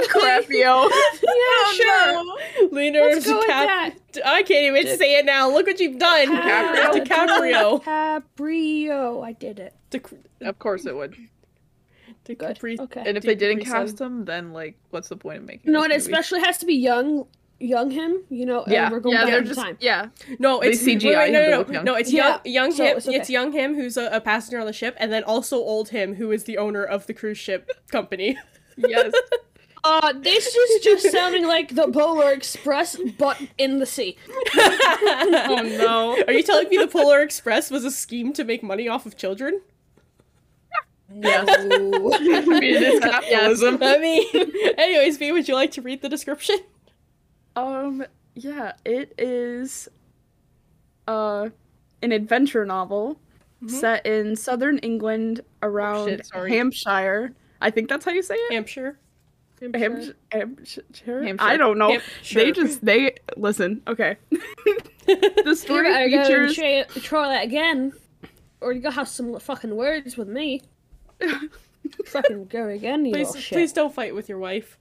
[SPEAKER 2] Crapio.
[SPEAKER 5] yeah, sure.
[SPEAKER 1] Leonardo
[SPEAKER 5] Let's go
[SPEAKER 1] DiCaprio.
[SPEAKER 5] with that.
[SPEAKER 1] I can't even say it now. Look what you've done,
[SPEAKER 5] Ah,
[SPEAKER 1] DiCaprio.
[SPEAKER 5] DiCaprio. I did it.
[SPEAKER 1] DiC-
[SPEAKER 2] of course it would.
[SPEAKER 1] DiCaprio.
[SPEAKER 5] Okay.
[SPEAKER 2] And if they didn't
[SPEAKER 1] DiCaprio.
[SPEAKER 2] cast him, then like, what's the point of making?
[SPEAKER 5] No,
[SPEAKER 2] this
[SPEAKER 5] and
[SPEAKER 2] movie?
[SPEAKER 5] especially has to be young, young him. You know, and
[SPEAKER 2] yeah,
[SPEAKER 5] we're going
[SPEAKER 2] yeah,
[SPEAKER 5] back
[SPEAKER 2] they're
[SPEAKER 5] in
[SPEAKER 2] just
[SPEAKER 5] time.
[SPEAKER 2] yeah.
[SPEAKER 1] No,
[SPEAKER 2] They
[SPEAKER 1] it's
[SPEAKER 2] CGI
[SPEAKER 1] wait, wait,
[SPEAKER 2] him to
[SPEAKER 1] no, no,
[SPEAKER 2] look
[SPEAKER 1] no,
[SPEAKER 2] young.
[SPEAKER 1] no. It's
[SPEAKER 5] Yeah,
[SPEAKER 1] young, young
[SPEAKER 5] so
[SPEAKER 1] him.
[SPEAKER 5] it's okay.
[SPEAKER 1] It's young him who's a, a passenger on the ship, and then also old him who is the owner of the cruise ship company.
[SPEAKER 2] Yes.
[SPEAKER 5] Uh, this is just sounding like the Polar Express, but in the sea.
[SPEAKER 1] Are
[SPEAKER 2] Oh, no.
[SPEAKER 1] you telling me the Polar Express was a scheme to make money off of children?
[SPEAKER 2] Yes. I mean, it is capitalism.
[SPEAKER 1] I mean, anyways, B, would you like to read the description?
[SPEAKER 6] Um, yeah, it is uh an adventure novel set in southern England around
[SPEAKER 2] sorry.
[SPEAKER 6] Hampshire. I think that's how you say it.
[SPEAKER 1] Hampshire.
[SPEAKER 6] Hampshire. Hampshire?
[SPEAKER 2] Hampshire.
[SPEAKER 6] I don't know.
[SPEAKER 1] Hampshire.
[SPEAKER 6] They just they listen. Okay. the story
[SPEAKER 5] I gotta
[SPEAKER 6] features
[SPEAKER 5] try, try that again, or you gotta have some fucking words with me. fucking go again, you
[SPEAKER 1] Please,
[SPEAKER 5] little Oh, shit.
[SPEAKER 1] please don't fight with your wife.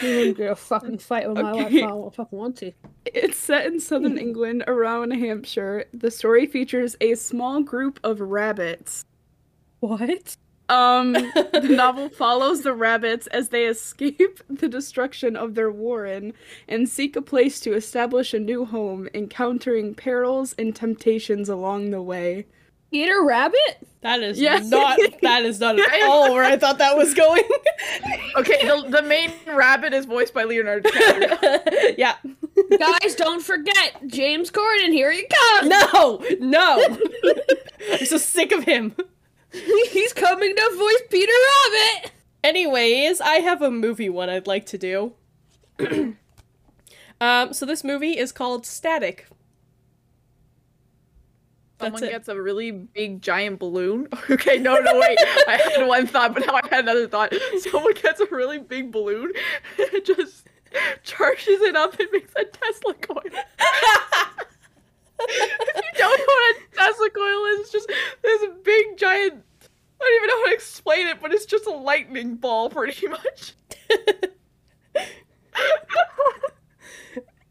[SPEAKER 5] You wouldn't go fucking fight with my wife
[SPEAKER 6] Okay.
[SPEAKER 5] if I wa- fucking want to.
[SPEAKER 6] It's set in southern England around Hampshire. The story features a small group of rabbits.
[SPEAKER 5] What?
[SPEAKER 6] Um, the novel follows the rabbits as they escape the destruction of their warren and seek a place to establish a new home, encountering perils and temptations along the way.
[SPEAKER 5] Eat a rabbit?
[SPEAKER 1] That is
[SPEAKER 6] Yeah.
[SPEAKER 1] not. That is not at all where I thought that was going.
[SPEAKER 2] Okay, the, the main rabbit is voiced by Leonardo DiCaprio.
[SPEAKER 1] yeah.
[SPEAKER 5] Guys, don't forget James Corden. Here he comes.
[SPEAKER 1] No. No. I'm so sick of him.
[SPEAKER 5] He's coming to voice Peter Rabbit.
[SPEAKER 1] Anyways, I have a movie one I'd like to do. um, so this movie is called Static. That's
[SPEAKER 2] Someone
[SPEAKER 1] it.
[SPEAKER 2] gets a really big giant balloon. Okay, no, no, wait. I had one thought, but now I had another thought. Someone gets a really big balloon and just charges it up and makes a Tesla coil. if you don't know what a Tesla coil is, it's just this big giant. I don't even know how to explain it, but it's just a lightning ball, pretty much.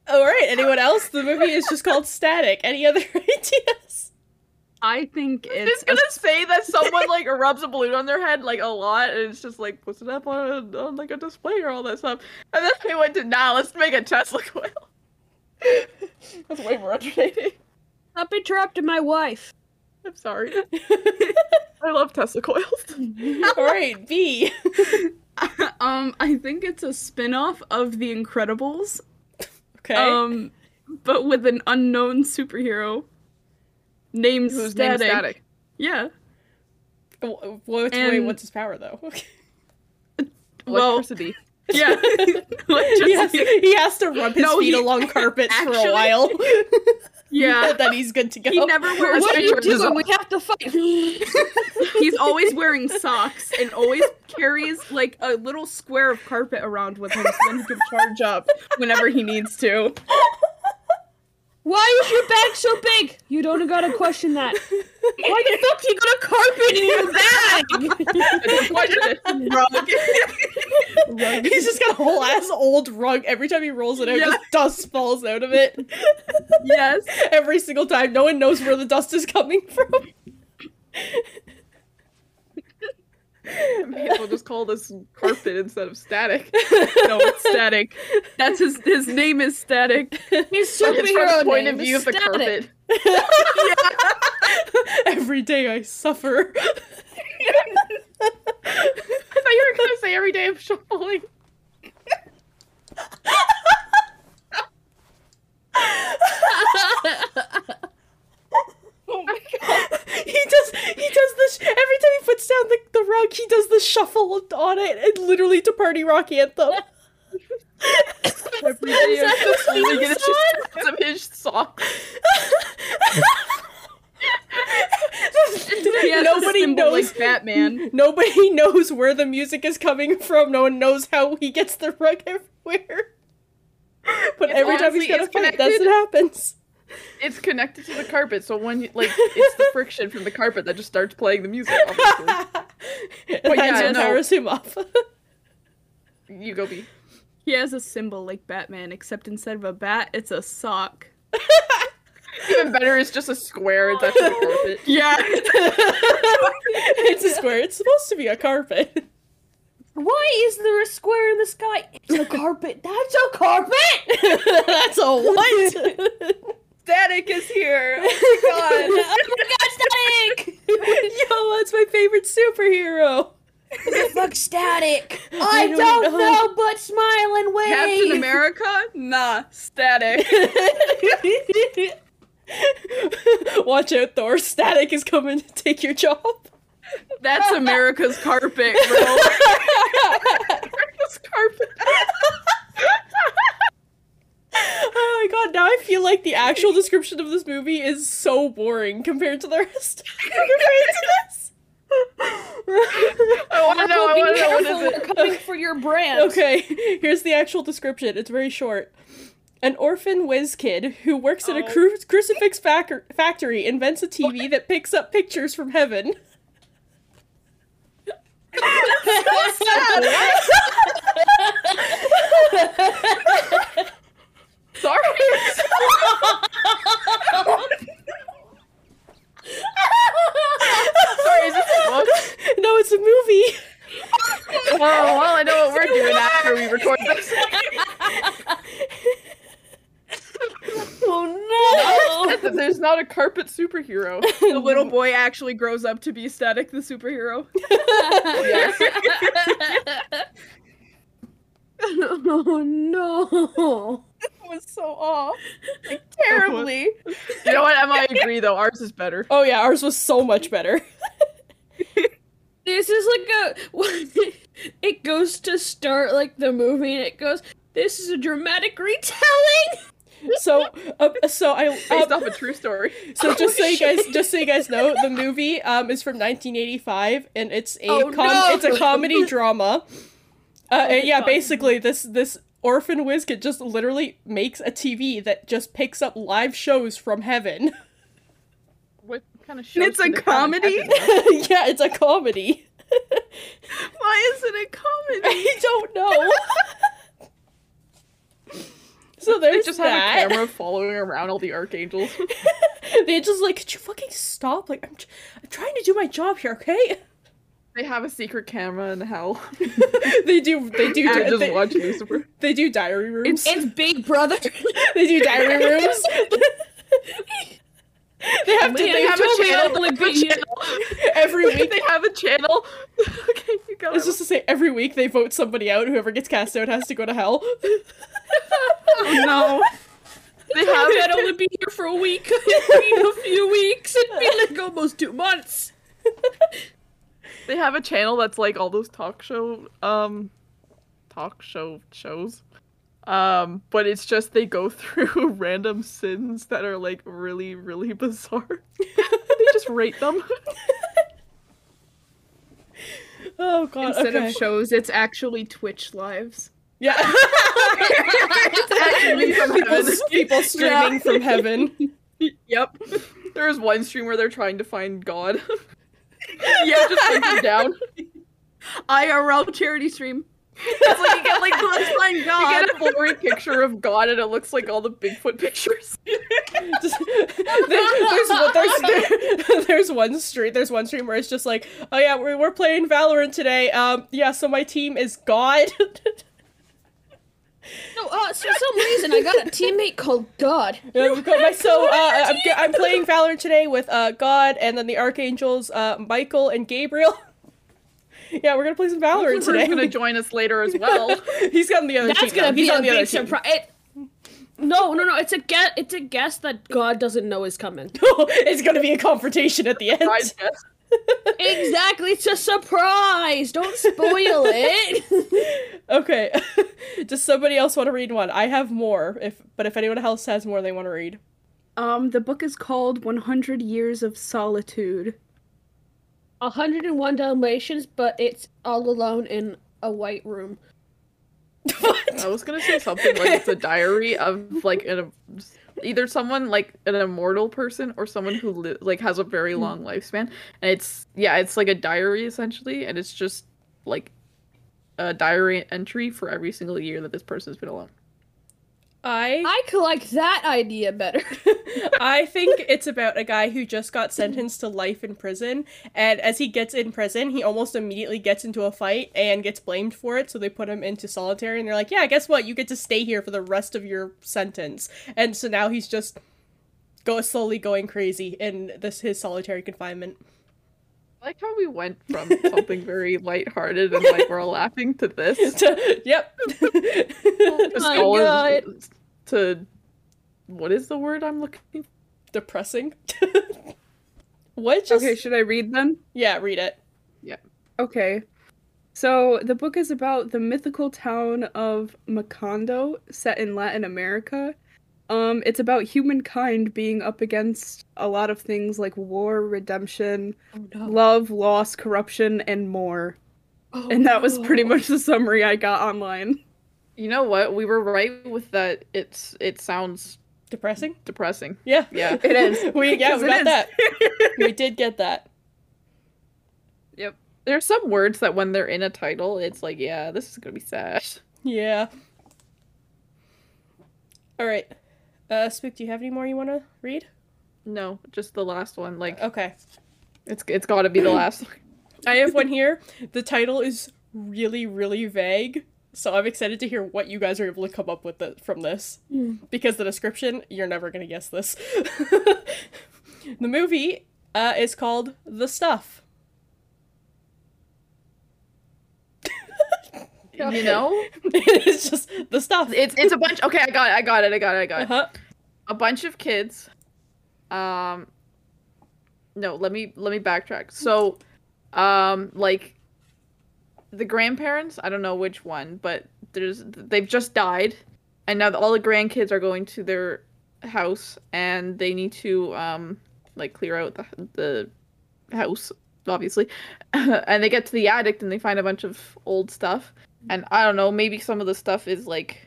[SPEAKER 1] All right. Anyone else? The movie is just called Static. Any other ideas?
[SPEAKER 6] I think it's
[SPEAKER 2] It's gonna say that someone like rubs a balloon on their head like a lot, and it's just like puts it up on, on like a display or all that stuff. And then they went to nah, let's make a Tesla coil. That's way more entertaining.
[SPEAKER 5] Stop interrupting my wife.
[SPEAKER 2] I'm sorry. I love Tesla coils.
[SPEAKER 1] All right. B.
[SPEAKER 6] um I think it's a spin-off of The Incredibles,
[SPEAKER 1] Okay.
[SPEAKER 6] um but with an unknown superhero named
[SPEAKER 2] Who's named
[SPEAKER 6] Static. Yeah.
[SPEAKER 1] W- what's, wait,
[SPEAKER 6] and-
[SPEAKER 1] what's his power though? Okay.
[SPEAKER 6] Well,
[SPEAKER 2] Electricity.
[SPEAKER 6] yeah.
[SPEAKER 1] he, has,
[SPEAKER 6] Electricity.
[SPEAKER 1] he has to rub his
[SPEAKER 6] No,
[SPEAKER 1] feet
[SPEAKER 6] he-
[SPEAKER 1] along carpets for
[SPEAKER 6] actually-
[SPEAKER 1] a while.
[SPEAKER 6] yeah.
[SPEAKER 1] then he's good to go.
[SPEAKER 6] He never wears
[SPEAKER 5] Oh, What are you
[SPEAKER 2] Richard is
[SPEAKER 5] doing?
[SPEAKER 2] up.
[SPEAKER 5] We have to fight.
[SPEAKER 6] He's always wearing socks and always carries like a little square of carpet around with him so then he can charge up whenever he needs to.
[SPEAKER 5] Why is your bag so big? You don't gotta question that. Why the fuck you got a carpet in your bag?
[SPEAKER 1] He's just got a whole ass old rug. Every time he rolls it out,
[SPEAKER 6] Yeah.
[SPEAKER 1] just dust falls out of it.
[SPEAKER 6] yes.
[SPEAKER 1] Every single time. No one knows where the dust is coming from.
[SPEAKER 2] Maybe we'll just call this carpet instead of static.
[SPEAKER 6] No, it's static. That's his his name is static.
[SPEAKER 5] His
[SPEAKER 2] It's from
[SPEAKER 5] superhero
[SPEAKER 2] the point
[SPEAKER 5] name
[SPEAKER 2] of
[SPEAKER 5] is
[SPEAKER 2] view of the
[SPEAKER 5] Static.
[SPEAKER 2] carpet.
[SPEAKER 1] Every day I suffer.
[SPEAKER 2] I thought you were gonna say every day I'm shuffling. Oh
[SPEAKER 1] he does he does this every time he puts down the, the rug he does the shuffle on it and literally to party rock anthem
[SPEAKER 2] Every day I'm shuffling. And it's just some his socks.
[SPEAKER 6] He has
[SPEAKER 1] Nobody
[SPEAKER 6] the symbol
[SPEAKER 1] knows.
[SPEAKER 6] like Batman.
[SPEAKER 1] nobody knows where the music is coming from no one knows how he gets the rug everywhere but
[SPEAKER 2] It's
[SPEAKER 1] every time
[SPEAKER 2] honestly-
[SPEAKER 1] he's gonna
[SPEAKER 2] it's
[SPEAKER 1] fight that's
[SPEAKER 2] connected.
[SPEAKER 1] what happens
[SPEAKER 2] It's connected to the carpet, so when you, like it's the friction from the carpet that just starts playing the music. Obviously.
[SPEAKER 1] and that's
[SPEAKER 2] yeah,
[SPEAKER 1] what
[SPEAKER 2] no.
[SPEAKER 1] powers him up
[SPEAKER 2] You go be.
[SPEAKER 6] He has a symbol like Batman, except instead of a bat, it's a sock.
[SPEAKER 2] Even better, it's just a square. It's actually a carpet.
[SPEAKER 6] Yeah.
[SPEAKER 1] it's a square it's supposed to be a carpet
[SPEAKER 5] Why is there a square in the sky? It's a carpet. That's a carpet.
[SPEAKER 1] that's a what
[SPEAKER 5] Static is here. Oh my god. oh my god, static.
[SPEAKER 1] Yo, that's my favorite superhero.
[SPEAKER 5] Fuck static.
[SPEAKER 1] I
[SPEAKER 5] I
[SPEAKER 1] don't
[SPEAKER 5] don't,
[SPEAKER 1] know.
[SPEAKER 5] know. but smile and wave.
[SPEAKER 6] Captain America? Nah, static.
[SPEAKER 1] Watch out, Thor. Static is coming to take your job.
[SPEAKER 6] That's America's carpet, bro.
[SPEAKER 2] This carpet.
[SPEAKER 1] Oh my god, now I feel like the actual description of this movie is so boring compared to the rest compared to this.
[SPEAKER 2] I want to know. I want to know what is it.
[SPEAKER 5] We're coming for your brand.
[SPEAKER 1] Okay, here's the actual description. It's very short. An orphan whiz kid who works at a cru- crucifix fac- factory invents a TV that picks up pictures from heaven.
[SPEAKER 2] Sorry. Sorry, is this a book?
[SPEAKER 1] no, it's a movie.
[SPEAKER 2] Oh, well, I know what we're doing after we record this.
[SPEAKER 5] Oh no.
[SPEAKER 2] That There's not a carpet superhero.
[SPEAKER 6] the little boy actually grows up to be static the superhero.
[SPEAKER 5] oh no.
[SPEAKER 6] was so off. Like terribly.
[SPEAKER 2] You know what? Emma, I agree though. Ours is better.
[SPEAKER 1] Oh yeah, ours was so much better.
[SPEAKER 5] This is like a. It goes to start like the movie, and it goes. This is a dramatic retelling.
[SPEAKER 1] So, uh, so I
[SPEAKER 2] Based
[SPEAKER 1] um,
[SPEAKER 2] off a true story.
[SPEAKER 1] so just so you guys just so you guys know, the movie um is from 1985 and it's a
[SPEAKER 5] Oh,
[SPEAKER 1] com-
[SPEAKER 5] no.
[SPEAKER 1] it's a comedy drama. Uh, and yeah,
[SPEAKER 5] God.
[SPEAKER 1] basically this this orphan Wizkid just literally makes a TV that just picks up live shows from heaven.
[SPEAKER 2] What kind of show?
[SPEAKER 6] And it's a comedy?
[SPEAKER 1] yeah, it's a comedy.
[SPEAKER 6] Why is it a comedy?
[SPEAKER 1] I don't know. so
[SPEAKER 2] They
[SPEAKER 1] there's
[SPEAKER 2] just
[SPEAKER 1] that.
[SPEAKER 2] have a camera following around all the archangels.
[SPEAKER 1] they just like, could you fucking stop? Like, I'm, tr- I'm trying to do my job here, okay?
[SPEAKER 2] They have a secret camera in hell.
[SPEAKER 1] they do. They do.
[SPEAKER 2] They
[SPEAKER 1] Di-
[SPEAKER 2] just
[SPEAKER 1] they,
[SPEAKER 2] watch Lucifer.
[SPEAKER 1] they do diary rooms.
[SPEAKER 5] It's Big Brother.
[SPEAKER 1] they do diary rooms. they have to.
[SPEAKER 5] Yeah,
[SPEAKER 1] They have a channel
[SPEAKER 5] totally beat you.
[SPEAKER 1] every week.
[SPEAKER 2] they have a channel. okay, you go.
[SPEAKER 1] It's just to say, every week they vote somebody out. Whoever gets cast out has to go to hell.
[SPEAKER 6] no.
[SPEAKER 2] they have
[SPEAKER 5] I'd only be here for a week. It'd been a few weeks. It'd been like almost two months.
[SPEAKER 2] They have a channel that's like all those talk show um talk show shows. Um, but it's just they go through random sins that are like really, really bizarre. they just rate them.
[SPEAKER 1] Oh god.
[SPEAKER 6] Instead
[SPEAKER 1] okay.
[SPEAKER 6] of shows, it's actually Twitch lives.
[SPEAKER 1] yeah. people, people streaming from heaven.
[SPEAKER 6] Yep.
[SPEAKER 2] There's one stream where they're trying to find God. yeah, just like they're down.
[SPEAKER 6] IRL charity stream. It's like you get like let's find
[SPEAKER 2] You
[SPEAKER 6] God.
[SPEAKER 2] get a blurry picture of God and it looks like all the Bigfoot pictures.
[SPEAKER 1] Just- there- there's, one- there's, there- there's one street there's one stream where it's just like oh yeah we're, we're playing valorant today um yeah so my team is god
[SPEAKER 5] No, uh, so for some reason I got a teammate called God.
[SPEAKER 1] Yeah, we've got my- so uh, I'm, g- I'm playing Valorant today with uh, God and then the archangels uh, Michael and Gabriel. yeah, we're gonna play some Valorant
[SPEAKER 2] Lucifer's gonna
[SPEAKER 1] today.
[SPEAKER 2] join us later as well.
[SPEAKER 1] He's on the other team.
[SPEAKER 5] That's gonna
[SPEAKER 1] now. He's
[SPEAKER 5] be
[SPEAKER 1] on
[SPEAKER 5] a
[SPEAKER 1] the other
[SPEAKER 5] big
[SPEAKER 1] team.
[SPEAKER 5] surprise. No, no, no. It's a guess. It's a guess that God doesn't know is coming.
[SPEAKER 1] it's gonna be a confrontation at the end.
[SPEAKER 2] Surprise guest.
[SPEAKER 5] exactly. It's a surprise. Don't spoil it.
[SPEAKER 1] Okay. Does somebody else want to read one? I have more. If but if anyone else has more they want to read.
[SPEAKER 6] Um, the book is called 100 Years of Solitude.
[SPEAKER 5] 101 Dalmatians, but it's all alone in a white room.
[SPEAKER 2] I was gonna say something like it's a diary of like an either someone like an immortal person or someone who li- like has a very long lifespan, and it's yeah, it's like a diary essentially, and it's just like a diary entry for every single year that this person's been alive.
[SPEAKER 1] I
[SPEAKER 5] I collect that idea better.
[SPEAKER 1] I think it's about a guy who just got sentenced to life in prison, and as he gets in prison, he almost immediately gets into a fight and gets blamed for it. So they put him into solitary, and they're like, "Yeah, guess what? You get to stay here for the rest of your sentence." And so now he's just go slowly going crazy in this his solitary confinement.
[SPEAKER 2] I like how we went from something very lighthearted and like we're all laughing to this.
[SPEAKER 1] yep.
[SPEAKER 2] Just
[SPEAKER 5] my
[SPEAKER 2] all
[SPEAKER 5] God.
[SPEAKER 2] Is, to what is the word I'm looking
[SPEAKER 1] Depressing. what just
[SPEAKER 6] Okay, should I read then?
[SPEAKER 1] Yeah, read it.
[SPEAKER 6] Okay. So the book is about the mythical town of Macondo, set in Latin America. Um, it's about humankind being up against a lot of things like war, redemption,
[SPEAKER 5] Oh,
[SPEAKER 2] Oh.
[SPEAKER 6] love, loss, corruption, and more. and that
[SPEAKER 5] Oh,
[SPEAKER 6] was
[SPEAKER 2] Oh.
[SPEAKER 6] pretty much the summary I got online.
[SPEAKER 2] You know what? We were right with that. It's it sounds
[SPEAKER 1] Depressing?
[SPEAKER 2] depressing.
[SPEAKER 1] Yeah.
[SPEAKER 2] Yeah.
[SPEAKER 6] It is.
[SPEAKER 1] We yeah,
[SPEAKER 6] Because
[SPEAKER 1] we
[SPEAKER 6] it
[SPEAKER 1] got
[SPEAKER 6] is.
[SPEAKER 1] that. We did get that.
[SPEAKER 2] There's some words that when they're in a title, it's like, yeah, this is gonna be sad.
[SPEAKER 1] Yeah. All right. Uh Spook, do you have any more you want to read?
[SPEAKER 2] No, just the last one. Like
[SPEAKER 1] Okay.
[SPEAKER 2] it's it's gotta be the last.
[SPEAKER 1] I have one here. The title is really really vague, so I'm excited to hear what you guys are able to come up with the, from this
[SPEAKER 6] Hmm.
[SPEAKER 1] because the description, you're never going to guess this. the movie uh, is called The Stuff.
[SPEAKER 2] You know?
[SPEAKER 1] it's just The Stuff.
[SPEAKER 2] It's it's a bunch. Okay, I got it. I got it. I got it. I got it.
[SPEAKER 1] Uh-huh.
[SPEAKER 2] A bunch of kids. Um. No, let me let me backtrack. So, um, like the grandparents. I don't know which one, but there's they've just died, and now all the grandkids are going to their house, and they need to um like clear out the the house obviously and they get to the attic and they find a bunch of old stuff and i don't know maybe some of the stuff is like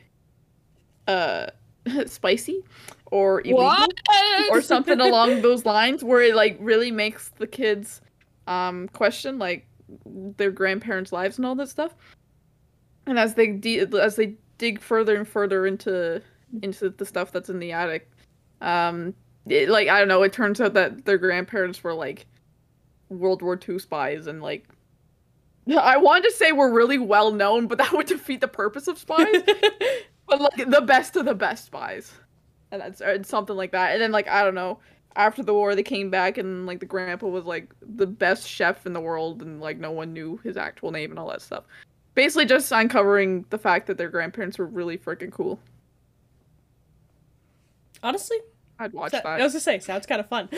[SPEAKER 2] uh spicy or illegal
[SPEAKER 5] What?
[SPEAKER 2] or something along those lines where it like really makes the kids um question like their grandparents lives and all that stuff and as they de- as they dig further and further into into the stuff that's in the attic um it, like i don't know it turns out that their grandparents were like world war ii spies and like i wanted to say we're really well known but that would defeat the purpose of spies but like the best of the best spies and that's or something like that. And then like I don't know, after the war they came back and like the grandpa was like the best chef in the world and like no one knew his actual name and all that stuff. Basically just uncovering the fact that their grandparents were really freaking cool.
[SPEAKER 1] Honestly,
[SPEAKER 2] I'd watch
[SPEAKER 1] So-
[SPEAKER 2] that.
[SPEAKER 1] I was gonna say, sounds kind of fun.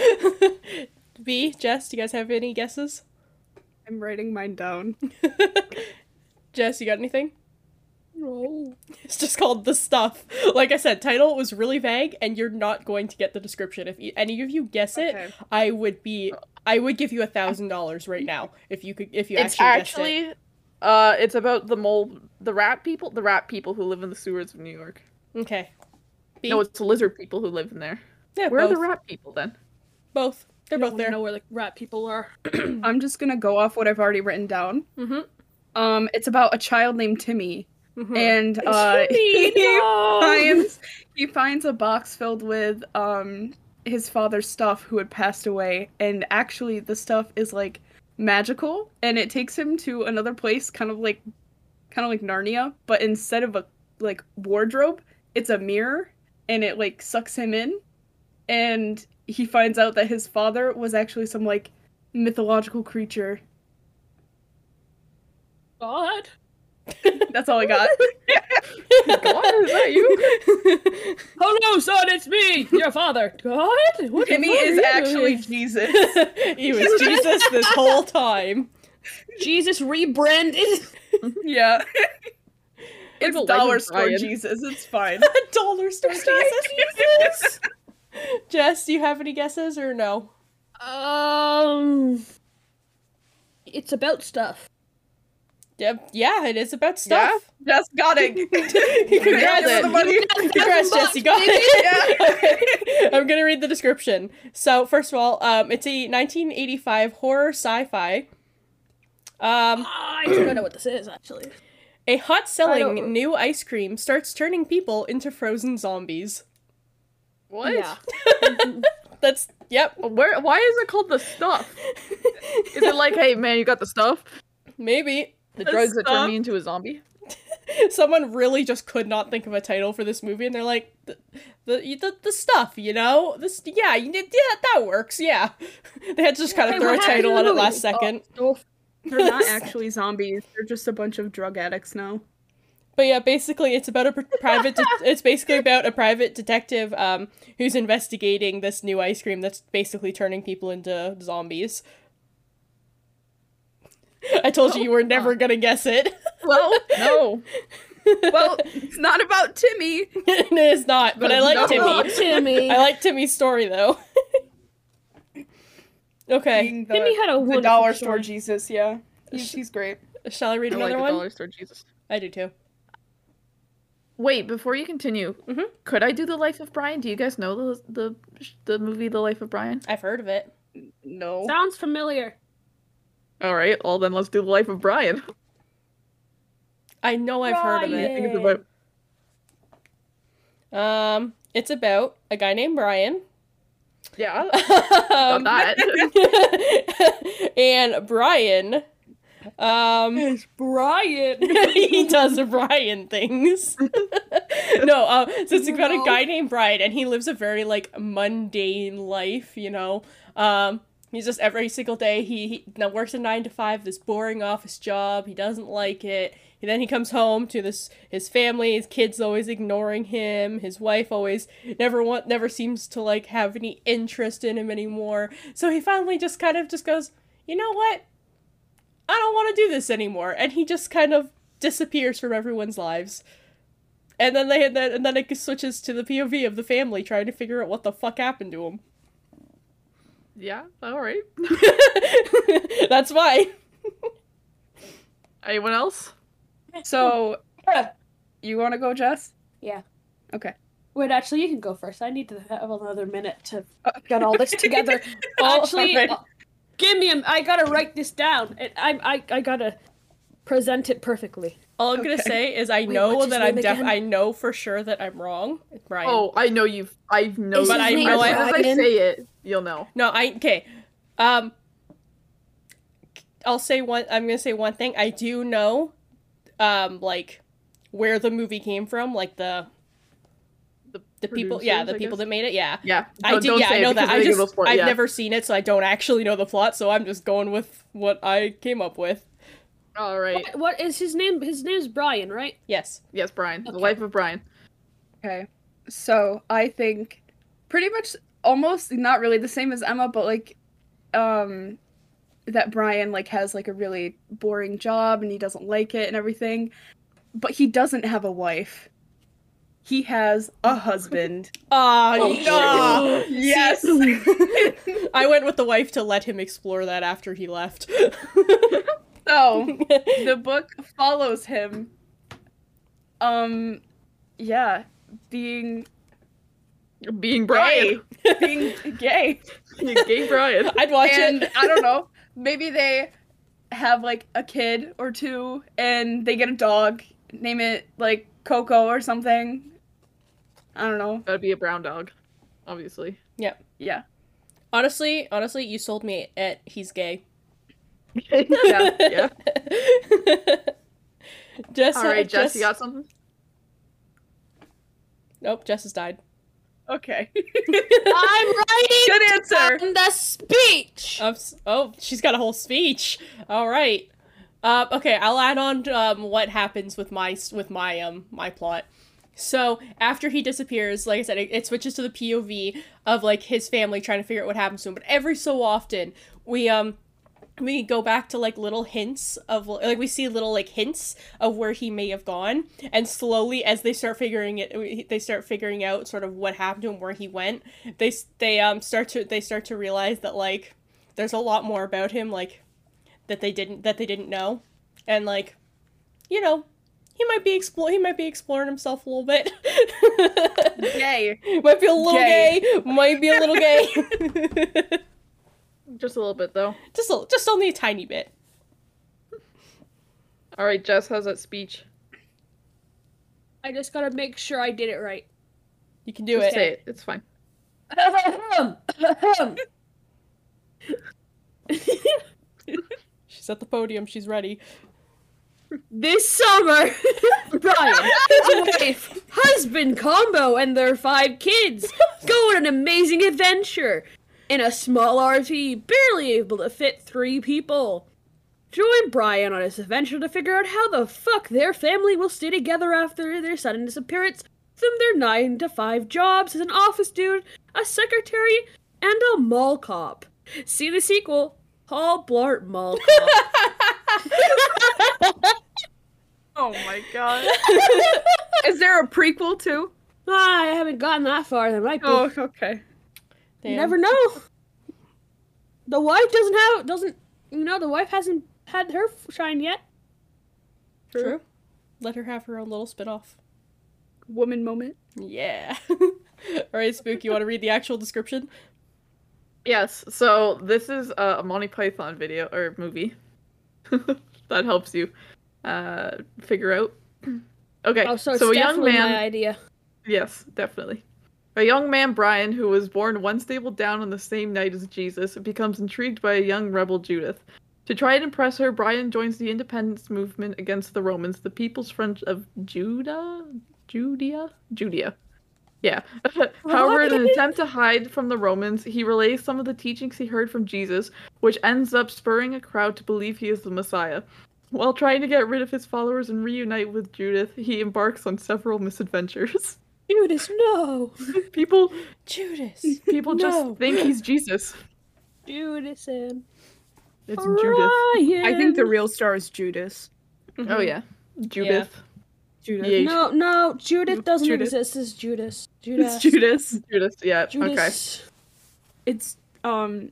[SPEAKER 1] B, Jess, do you guys have any guesses?
[SPEAKER 6] I'm writing mine down.
[SPEAKER 1] Jess, you got anything? No. It's just called The Stuff. Like I said, title was really vague, and you're not going to get the description. If e- any of you guess it,
[SPEAKER 6] Okay.
[SPEAKER 1] I would be, I would give you a thousand dollars right now if you could, if you
[SPEAKER 2] it's
[SPEAKER 1] actually, guessed
[SPEAKER 2] actually uh it's about the mole the rat people the rat people who live in the sewers of New York.
[SPEAKER 1] it. Okay. B,
[SPEAKER 2] No, it's the lizard people who live in there.
[SPEAKER 1] yeah,
[SPEAKER 2] Where
[SPEAKER 1] both.
[SPEAKER 2] are the rat people then?
[SPEAKER 1] both. They're
[SPEAKER 5] I
[SPEAKER 1] both there.
[SPEAKER 5] know where the rat people are.
[SPEAKER 6] I'm just gonna go off what I've already written down.
[SPEAKER 1] Mhm.
[SPEAKER 6] Um, it's about a child named Timmy,
[SPEAKER 1] Mhm.
[SPEAKER 6] and uh, he
[SPEAKER 5] no.
[SPEAKER 6] finds he finds a box filled with um his father's stuff who had passed away, and actually the stuff is like magical, and it takes him to another place, kind of like kind of like Narnia, but instead of a like wardrobe. It's a mirror, and it like sucks him in, and he finds out that his father was actually some like mythological creature.
[SPEAKER 5] God.
[SPEAKER 6] That's all I got.
[SPEAKER 2] God, is that you?
[SPEAKER 5] Oh no, son, it's me, your father. God? What the
[SPEAKER 6] Timmy
[SPEAKER 5] fuck
[SPEAKER 6] is
[SPEAKER 5] are you
[SPEAKER 6] actually
[SPEAKER 5] doing?
[SPEAKER 6] Jesus.
[SPEAKER 1] he was Jesus this whole time.
[SPEAKER 3] Jesus rebranded.
[SPEAKER 6] Yeah.
[SPEAKER 2] Like a
[SPEAKER 6] It's dollar
[SPEAKER 2] Life of
[SPEAKER 6] store
[SPEAKER 2] Brian.
[SPEAKER 6] Jesus. It's fine.
[SPEAKER 1] A dollar store Jesus. Jess, do you have any guesses or no?
[SPEAKER 5] Um. It's about stuff.
[SPEAKER 1] Yep. Yeah, it is about stuff.
[SPEAKER 6] Just got it.
[SPEAKER 1] you can grab
[SPEAKER 6] Give her the
[SPEAKER 1] it.
[SPEAKER 6] money.
[SPEAKER 1] Congrats, Jess, you got it. Okay. I'm gonna read the description. So first of all, um, it's a 1985 horror sci-fi. Um,
[SPEAKER 5] I don't know what this is actually.
[SPEAKER 1] a hot-selling new ice cream starts turning people into frozen zombies.
[SPEAKER 2] What? Oh,
[SPEAKER 5] Yeah.
[SPEAKER 1] That's yep,
[SPEAKER 2] Where? Why is it called the stuff? Is it like, hey man, you got the stuff?
[SPEAKER 1] maybe
[SPEAKER 2] The, drugs that turn
[SPEAKER 6] stuff?
[SPEAKER 2] me into a zombie?
[SPEAKER 1] someone really just could not think of a title for this movie, and they're like, the the you- the, the stuff, you know, this yeah, you, did- yeah, that works, yeah. They had to just kind of
[SPEAKER 5] Hey,
[SPEAKER 1] throw a
[SPEAKER 5] what happened
[SPEAKER 1] title
[SPEAKER 5] to
[SPEAKER 1] on
[SPEAKER 5] the
[SPEAKER 1] it last
[SPEAKER 5] movie?
[SPEAKER 1] second.
[SPEAKER 5] Oh,
[SPEAKER 6] They're not actually zombies. They're just a bunch of drug addicts now.
[SPEAKER 1] But yeah, basically, it's about a pr- private. De- it's basically about a private detective um, who's investigating this new ice cream that's basically turning people into zombies. I told you you were never gonna guess it.
[SPEAKER 6] Well,
[SPEAKER 2] No.
[SPEAKER 6] well, it's not about Timmy.
[SPEAKER 1] it is not, but I like
[SPEAKER 2] No.
[SPEAKER 1] Timmy.
[SPEAKER 5] oh, Timmy.
[SPEAKER 1] I like Timmy's story though. okay,
[SPEAKER 6] Being the,
[SPEAKER 5] Timmy had a
[SPEAKER 6] the
[SPEAKER 5] wonderful
[SPEAKER 6] dollar store Jesus. Yeah, he's, he's great.
[SPEAKER 1] shall I read
[SPEAKER 2] I like
[SPEAKER 1] another
[SPEAKER 2] the
[SPEAKER 1] one?
[SPEAKER 2] dollar store Jesus.
[SPEAKER 1] I do too.
[SPEAKER 2] Wait, before you continue,
[SPEAKER 1] Mhm.
[SPEAKER 2] could I do the Life of Brian? Do you guys know the the the movie The Life of Brian?
[SPEAKER 1] I've heard of it.
[SPEAKER 6] No.
[SPEAKER 5] Sounds familiar.
[SPEAKER 2] All right, well then let's do The Life of Brian.
[SPEAKER 1] I know I've heard of
[SPEAKER 2] I
[SPEAKER 1] it.
[SPEAKER 2] think it's about
[SPEAKER 1] Um, it's about a guy named Brian.
[SPEAKER 2] yeah,
[SPEAKER 1] Um,
[SPEAKER 2] about that.
[SPEAKER 1] and Brian, um,
[SPEAKER 5] It's Brian.
[SPEAKER 1] he does Brian things. no, uh, so it's about a guy named Brian, and he lives a very like mundane life. You know, um, he's just every single day he, he now works a nine to five, this boring office job. He doesn't like it. And then he comes home to this his family, his kids always ignoring him, his wife always never want never seems to like have any interest in him anymore. So he finally just kind of just goes, "You know what? I don't want to do this anymore." And he just kind of disappears from everyone's lives. And then they and then, and then it switches to the POV of the family trying to figure out what the fuck happened to him.
[SPEAKER 2] yeah. All right.
[SPEAKER 1] That's why.
[SPEAKER 2] Anyone else?
[SPEAKER 6] So, you want to go, Jess?
[SPEAKER 5] Wait, actually, you can go first. I need to have another minute to get all this together.
[SPEAKER 1] All
[SPEAKER 5] actually,
[SPEAKER 1] right.
[SPEAKER 5] uh, give me a. I gotta write this down. And I, I, I gotta present it perfectly.
[SPEAKER 1] All I'm gonna say is I know that I'm def- I know for sure that I'm wrong. It's Brian.
[SPEAKER 2] Oh, I know you. I know.
[SPEAKER 1] But
[SPEAKER 2] you-
[SPEAKER 1] I know
[SPEAKER 2] As soon as I
[SPEAKER 5] Brian.
[SPEAKER 2] say it, you'll know.
[SPEAKER 1] No, I okay. Um I'll say one I'm going to say one thing. I do know um like where the movie came from, like the
[SPEAKER 2] The,
[SPEAKER 1] the people yeah,
[SPEAKER 2] producers,
[SPEAKER 1] the
[SPEAKER 2] I
[SPEAKER 1] people
[SPEAKER 2] guess.
[SPEAKER 1] that made it. Yeah.
[SPEAKER 2] Yeah.
[SPEAKER 1] I
[SPEAKER 2] Don't-
[SPEAKER 1] do
[SPEAKER 2] don't
[SPEAKER 1] yeah,
[SPEAKER 2] say
[SPEAKER 1] I
[SPEAKER 2] it
[SPEAKER 1] know
[SPEAKER 2] because
[SPEAKER 1] that. I
[SPEAKER 2] they give
[SPEAKER 1] just
[SPEAKER 2] us more-
[SPEAKER 1] I've
[SPEAKER 2] yeah.
[SPEAKER 1] never seen it so I don't actually know the plot, so I'm just going with what I came up with.
[SPEAKER 2] All right.
[SPEAKER 5] What, what is his name? His name's Brian, right?
[SPEAKER 1] Yes.
[SPEAKER 2] Yes, Brian. The
[SPEAKER 5] Okay.
[SPEAKER 2] Life of Brian.
[SPEAKER 6] Okay. So I think pretty much almost not really the same as Emma, but like um that Brian like has like a really boring job and he doesn't like it and everything. But he doesn't have a wife. He has a husband.
[SPEAKER 1] Oh, no.
[SPEAKER 6] yes.
[SPEAKER 1] I went with the wife to let him explore that after he left.
[SPEAKER 6] so the book follows him. Um yeah, being
[SPEAKER 2] Being Brian.
[SPEAKER 6] being gay.
[SPEAKER 2] Gay Brian.
[SPEAKER 1] I'd watch
[SPEAKER 6] and
[SPEAKER 1] it.
[SPEAKER 6] I don't know, maybe they have like a kid or two and they get a dog, name it like Coco or something. I don't know.
[SPEAKER 2] That'd be a brown dog, obviously.
[SPEAKER 6] Yeah.
[SPEAKER 1] Honestly, honestly, you sold me at he's gay.
[SPEAKER 2] yeah. Yeah.
[SPEAKER 1] Jess,
[SPEAKER 2] All right, Jess,
[SPEAKER 1] Jess,
[SPEAKER 2] you got something?
[SPEAKER 1] Nope, Jess has died.
[SPEAKER 2] Okay.
[SPEAKER 7] I'm writing
[SPEAKER 2] Good answer.
[SPEAKER 7] down the speech.
[SPEAKER 1] Of s- oh, she's got a whole speech. All right. Uh, okay, I'll add on um, what happens with my s- with my um my plot. So after he disappears, like I said, it, it switches to the POV of like his family trying to figure out what happens to him. But every so often, we um we go back to like little hints of like we see little like hints of where he may have gone and slowly as they start figuring it they start figuring out sort of what happened to him where he went they s- they um start to they start to realize that like there's a lot more about him like that they didn't that they didn't know and like you know he might be explore he might be exploring himself a little bit
[SPEAKER 2] Yay.
[SPEAKER 1] might be a little gay. might be a little gay
[SPEAKER 2] Just a little bit though.
[SPEAKER 1] just a, just only a tiny bit
[SPEAKER 2] All right, Jess, how's that speech?
[SPEAKER 5] I just gotta make sure I did it right.
[SPEAKER 1] you can do
[SPEAKER 2] Just
[SPEAKER 1] it
[SPEAKER 2] say it. It's fine.
[SPEAKER 1] she's at the podium she's ready
[SPEAKER 5] This summer, Brian, his wife, husband combo, and their five kids go on an amazing adventure in a small RV, barely able to fit three people. Join Brian on his adventure to figure out how the fuck their family will stay together after their sudden disappearance from their 9 to 5 jobs as an office dude, a secretary, and a mall cop. See the sequel, Paul Blart Mall Cop.
[SPEAKER 2] Oh my god.
[SPEAKER 6] Is there a prequel too?
[SPEAKER 5] Ah, I haven't gotten that far. There might be.
[SPEAKER 2] Oh, okay.
[SPEAKER 1] Damn.
[SPEAKER 5] You never know. The wife doesn't have doesn't you know the wife hasn't had her f- shine yet.
[SPEAKER 1] True. Let her have her own little spin-off.
[SPEAKER 6] Woman moment.
[SPEAKER 1] Yeah. All right, Spook, you want to read the actual description?
[SPEAKER 2] Yes. So this is uh, a Monty Python video or movie. that helps you uh, figure out. Okay.
[SPEAKER 5] Oh, so, it's
[SPEAKER 2] so a young
[SPEAKER 5] definitely
[SPEAKER 2] man.
[SPEAKER 5] my idea.
[SPEAKER 2] Yes, definitely. A young man, Brian, who was born one stable down on the same night as Jesus, becomes intrigued by a young rebel, Judith. To try and impress her, Brian joins the independence movement against the Romans, the People's Front of Judah? Judea? Judea. Yeah. However, in an attempt to hide from the Romans, he relays some of the teachings he heard from Jesus, which ends up spurring a crowd to believe he is the Messiah. While trying to get rid of his followers and reunite with Judith, he embarks on several misadventures.
[SPEAKER 5] Judas, no.
[SPEAKER 2] People
[SPEAKER 1] Judas.
[SPEAKER 2] people
[SPEAKER 1] No.
[SPEAKER 2] just think he's Jesus.
[SPEAKER 5] Judas and
[SPEAKER 2] It's Judith.
[SPEAKER 5] Brian.
[SPEAKER 6] I think the real star is Judas.
[SPEAKER 2] Oh yeah. Judith.
[SPEAKER 6] Judas.
[SPEAKER 2] Yeah.
[SPEAKER 5] no, no, Judith doesn't
[SPEAKER 2] Judith.
[SPEAKER 5] exist. It's Judas. Judas.
[SPEAKER 6] It's Judas.
[SPEAKER 2] Judas, yeah. Okay.
[SPEAKER 5] Judas.
[SPEAKER 6] It's um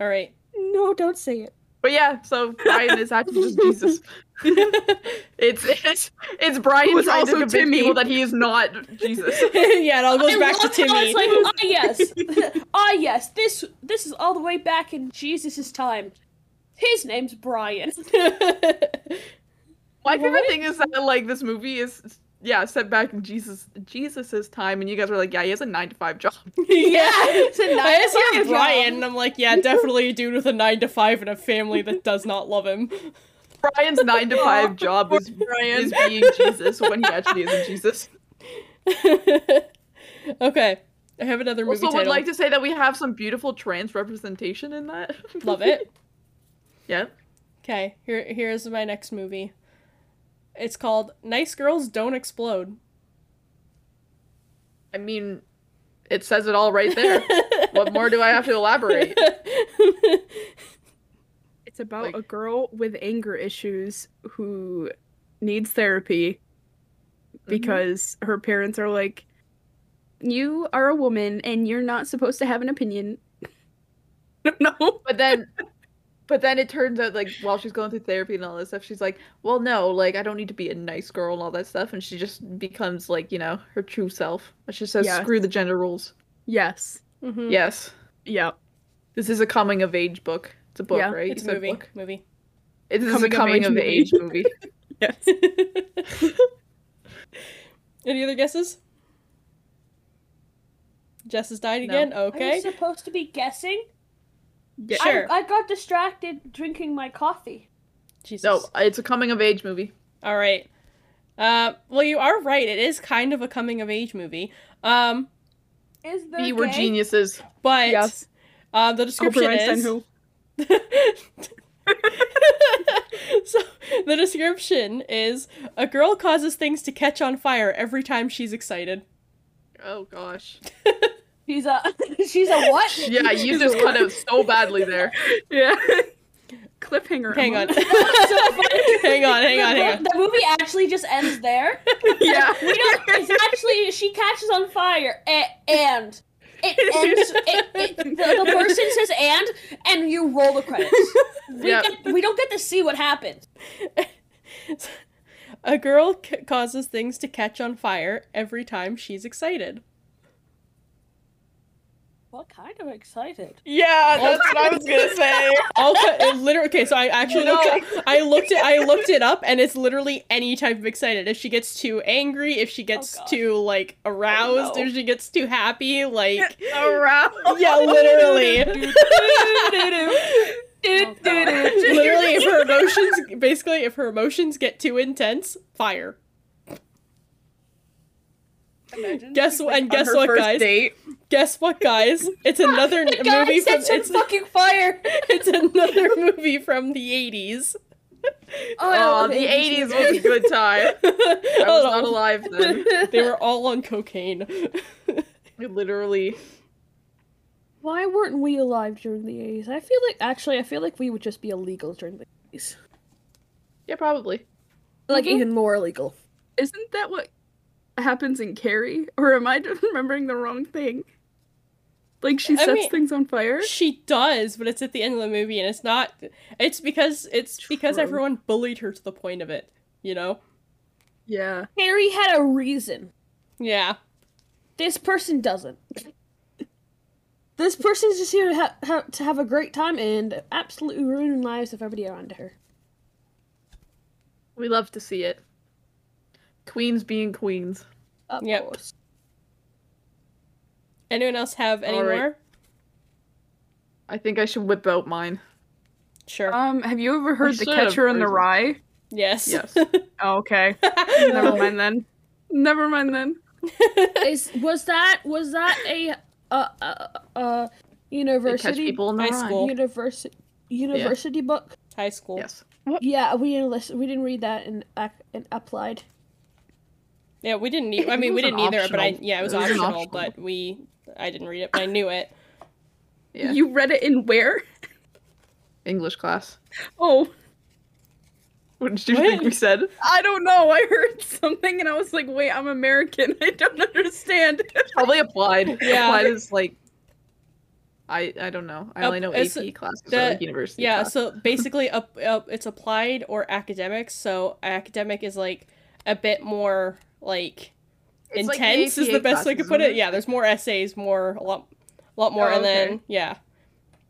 [SPEAKER 1] All right.
[SPEAKER 5] No, don't say it.
[SPEAKER 2] But yeah, so Brian is actually just Jesus. It's it's it's Brian
[SPEAKER 6] Was
[SPEAKER 2] trying to
[SPEAKER 6] also
[SPEAKER 2] convince
[SPEAKER 6] Timmy.
[SPEAKER 2] people that he is not Jesus.
[SPEAKER 1] yeah, it all goes back to
[SPEAKER 5] I
[SPEAKER 1] Timmy.
[SPEAKER 5] was like, ah yes, ah yes. This this is all the way back in Jesus' time. His name's Brian.
[SPEAKER 2] My favorite thing is that like this movie is yeah set back in Jesus Jesus's time, and you guys were like, yeah, he has a nine to five job.
[SPEAKER 1] yeah.
[SPEAKER 5] it's a
[SPEAKER 1] I
[SPEAKER 5] nice
[SPEAKER 1] just
[SPEAKER 5] job.
[SPEAKER 1] saw Brian, and I'm like, yeah, definitely a dude with a nine to five and a family that does not love him.
[SPEAKER 2] Brian's nine to five job is, is being Jesus when he actually isn't Jesus.
[SPEAKER 1] okay, I have another movie
[SPEAKER 2] Also, would
[SPEAKER 1] title.
[SPEAKER 2] like to say that we have some beautiful trans representation in that.
[SPEAKER 1] love it.
[SPEAKER 2] Yeah.
[SPEAKER 1] Okay, here here's my next movie. It's called Nice Girls Don't Explode.
[SPEAKER 2] I mean, it says it all right there. what more do I have to elaborate?
[SPEAKER 6] it's about
[SPEAKER 2] Like-
[SPEAKER 6] a girl with anger issues who needs therapy because her parents are like you are a woman and you're not supposed to have an opinion. no.
[SPEAKER 2] But then, but then it turns out like while she's going through therapy and all this stuff, she's like, "Well, no, like I don't need to be a nice girl and all that stuff." And she just becomes like you know her true self. And She says,
[SPEAKER 6] Yes.
[SPEAKER 2] "Screw the gender roles."
[SPEAKER 6] Yes.
[SPEAKER 1] Mhm.
[SPEAKER 2] Yes,
[SPEAKER 6] Yeah.
[SPEAKER 2] this is a coming of age book. It's a book,
[SPEAKER 6] Yeah,
[SPEAKER 2] right? You
[SPEAKER 1] It's a
[SPEAKER 2] said
[SPEAKER 1] movie.
[SPEAKER 2] book.
[SPEAKER 1] Movie.
[SPEAKER 2] It is
[SPEAKER 6] Coming
[SPEAKER 2] a
[SPEAKER 6] of
[SPEAKER 2] coming
[SPEAKER 6] age
[SPEAKER 2] of age
[SPEAKER 6] movie.
[SPEAKER 2] movie.
[SPEAKER 6] Yes.
[SPEAKER 1] Any other guesses? Jess has died
[SPEAKER 2] No.
[SPEAKER 1] again.
[SPEAKER 5] Are you
[SPEAKER 1] Okay.
[SPEAKER 5] supposed to be guessing?
[SPEAKER 2] Yeah.
[SPEAKER 1] Sure.
[SPEAKER 5] I, I got distracted drinking my coffee.
[SPEAKER 1] Jesus.
[SPEAKER 2] No, it's a coming of age movie.
[SPEAKER 1] All right. Uh, well, you are right. It is kind of a coming of age movie. Um,
[SPEAKER 5] Is there
[SPEAKER 2] We were
[SPEAKER 5] gay?
[SPEAKER 2] geniuses.
[SPEAKER 1] but
[SPEAKER 4] Yes.
[SPEAKER 1] uh, the description is. so the description is a girl causes things to catch on fire every time she's excited.
[SPEAKER 2] Oh gosh.
[SPEAKER 5] She's a she's a what?
[SPEAKER 2] Yeah, you just cut out so badly there.
[SPEAKER 6] Yeah. Cliffhanger.
[SPEAKER 1] Hang on.
[SPEAKER 6] Emma.
[SPEAKER 1] hang on, hang on, hang on.
[SPEAKER 5] The movie actually just ends there.
[SPEAKER 6] Yeah.
[SPEAKER 5] We don't. It's actually she catches on fire and. and it ends. It, it, the, the person says "and," and you roll the credits. We,
[SPEAKER 2] Yeah.
[SPEAKER 5] get, we don't get to see what happens.
[SPEAKER 1] A girl c- causes things to catch on fire every time she's excited.
[SPEAKER 5] What kind of excited?
[SPEAKER 1] Yeah, that's what I was gonna say. it literally, okay, so I actually looked. At, I looked it. I looked it up, and it's literally any type of excited. If she gets too angry, if she gets
[SPEAKER 5] God.
[SPEAKER 1] too like aroused,
[SPEAKER 5] no.
[SPEAKER 1] if she gets too happy, like
[SPEAKER 6] Around.
[SPEAKER 1] yeah, literally,
[SPEAKER 5] Oh,
[SPEAKER 1] literally, if her emotions, basically, if her emotions get too intense, fire. Guess what? And guess
[SPEAKER 6] on her
[SPEAKER 1] what,
[SPEAKER 6] first
[SPEAKER 1] guys?
[SPEAKER 6] Date.
[SPEAKER 1] Guess what, guys? It's another
[SPEAKER 5] God,
[SPEAKER 1] movie
[SPEAKER 5] it
[SPEAKER 1] from
[SPEAKER 5] sets
[SPEAKER 1] it's,
[SPEAKER 5] some fucking fire.
[SPEAKER 1] it's another movie from the eighties.
[SPEAKER 2] Oh, the 80s was a good time. I was not alive then.
[SPEAKER 1] They were all on cocaine.
[SPEAKER 2] I Literally.
[SPEAKER 5] Why weren't we alive during the 80s? I feel like actually, I feel like we would just be illegal during the 80s.
[SPEAKER 2] Yeah, probably.
[SPEAKER 5] Like
[SPEAKER 2] Mm-hmm.
[SPEAKER 5] even more illegal.
[SPEAKER 6] Isn't that what happens in Carrie? Or am I remembering the wrong thing? Like she
[SPEAKER 1] I
[SPEAKER 6] sets
[SPEAKER 1] mean-
[SPEAKER 6] things on fire.
[SPEAKER 1] she does, but it's at the end of the movie, and it's not. It's because it's because
[SPEAKER 6] True.
[SPEAKER 1] everyone bullied her to the point of it. You know?
[SPEAKER 6] Yeah.
[SPEAKER 5] Harry had a reason.
[SPEAKER 1] Yeah.
[SPEAKER 5] This person doesn't. This person's just here to, ha- ha- to have a great time and absolutely ruin the lives of everybody around her.
[SPEAKER 2] We love to see it. Queens being queens.
[SPEAKER 5] Of
[SPEAKER 1] Yep.
[SPEAKER 5] course.
[SPEAKER 1] Anyone else have any
[SPEAKER 2] All right.
[SPEAKER 1] more?
[SPEAKER 2] I think I should whip out mine.
[SPEAKER 1] Sure.
[SPEAKER 6] Um. Have you ever heard the
[SPEAKER 2] should have
[SPEAKER 6] Catcher in the
[SPEAKER 2] frozen.
[SPEAKER 6] Rye?
[SPEAKER 1] yes.
[SPEAKER 2] yes.
[SPEAKER 6] Oh, okay. Never mind then. Never mind then.
[SPEAKER 5] Is was that was that a uh uh, uh
[SPEAKER 2] They catch
[SPEAKER 5] university
[SPEAKER 2] people in the
[SPEAKER 1] high
[SPEAKER 2] rhyme.
[SPEAKER 1] school.
[SPEAKER 5] university university book?
[SPEAKER 1] High school.
[SPEAKER 2] Yes.
[SPEAKER 5] Yeah, we didn't listen. We didn't read that in ac- in applied.
[SPEAKER 1] Yeah, we didn't. Need, I
[SPEAKER 2] It
[SPEAKER 1] mean, we
[SPEAKER 2] was an
[SPEAKER 1] didn't either. But I
[SPEAKER 2] optional-
[SPEAKER 1] yeah, it was,
[SPEAKER 2] it was an
[SPEAKER 1] optional,
[SPEAKER 2] optional.
[SPEAKER 1] But we, I didn't read it, but I knew it.
[SPEAKER 2] Yeah.
[SPEAKER 6] You read it in where?
[SPEAKER 2] English class.
[SPEAKER 6] Oh,
[SPEAKER 2] What did you
[SPEAKER 1] What?
[SPEAKER 2] think we said?
[SPEAKER 6] I don't know. I heard something and I was like, wait, I'm American. I don't understand.
[SPEAKER 2] Probably applied.
[SPEAKER 1] Yeah.
[SPEAKER 2] Applied is like. I I don't know. I only
[SPEAKER 1] Up-
[SPEAKER 2] know
[SPEAKER 1] it's-
[SPEAKER 2] AP classes
[SPEAKER 1] the-
[SPEAKER 2] or like university.
[SPEAKER 1] Yeah,
[SPEAKER 2] class.
[SPEAKER 1] so basically, up, up, it's applied or academic. So academic is like a bit more like
[SPEAKER 2] It's like the
[SPEAKER 1] intense is the
[SPEAKER 2] APA
[SPEAKER 1] best way I could
[SPEAKER 2] classes,
[SPEAKER 1] put
[SPEAKER 2] isn't
[SPEAKER 1] it. Yeah, there's more essays, more a lot, a lot more,
[SPEAKER 2] Oh,
[SPEAKER 1] and then
[SPEAKER 2] okay.
[SPEAKER 1] yeah,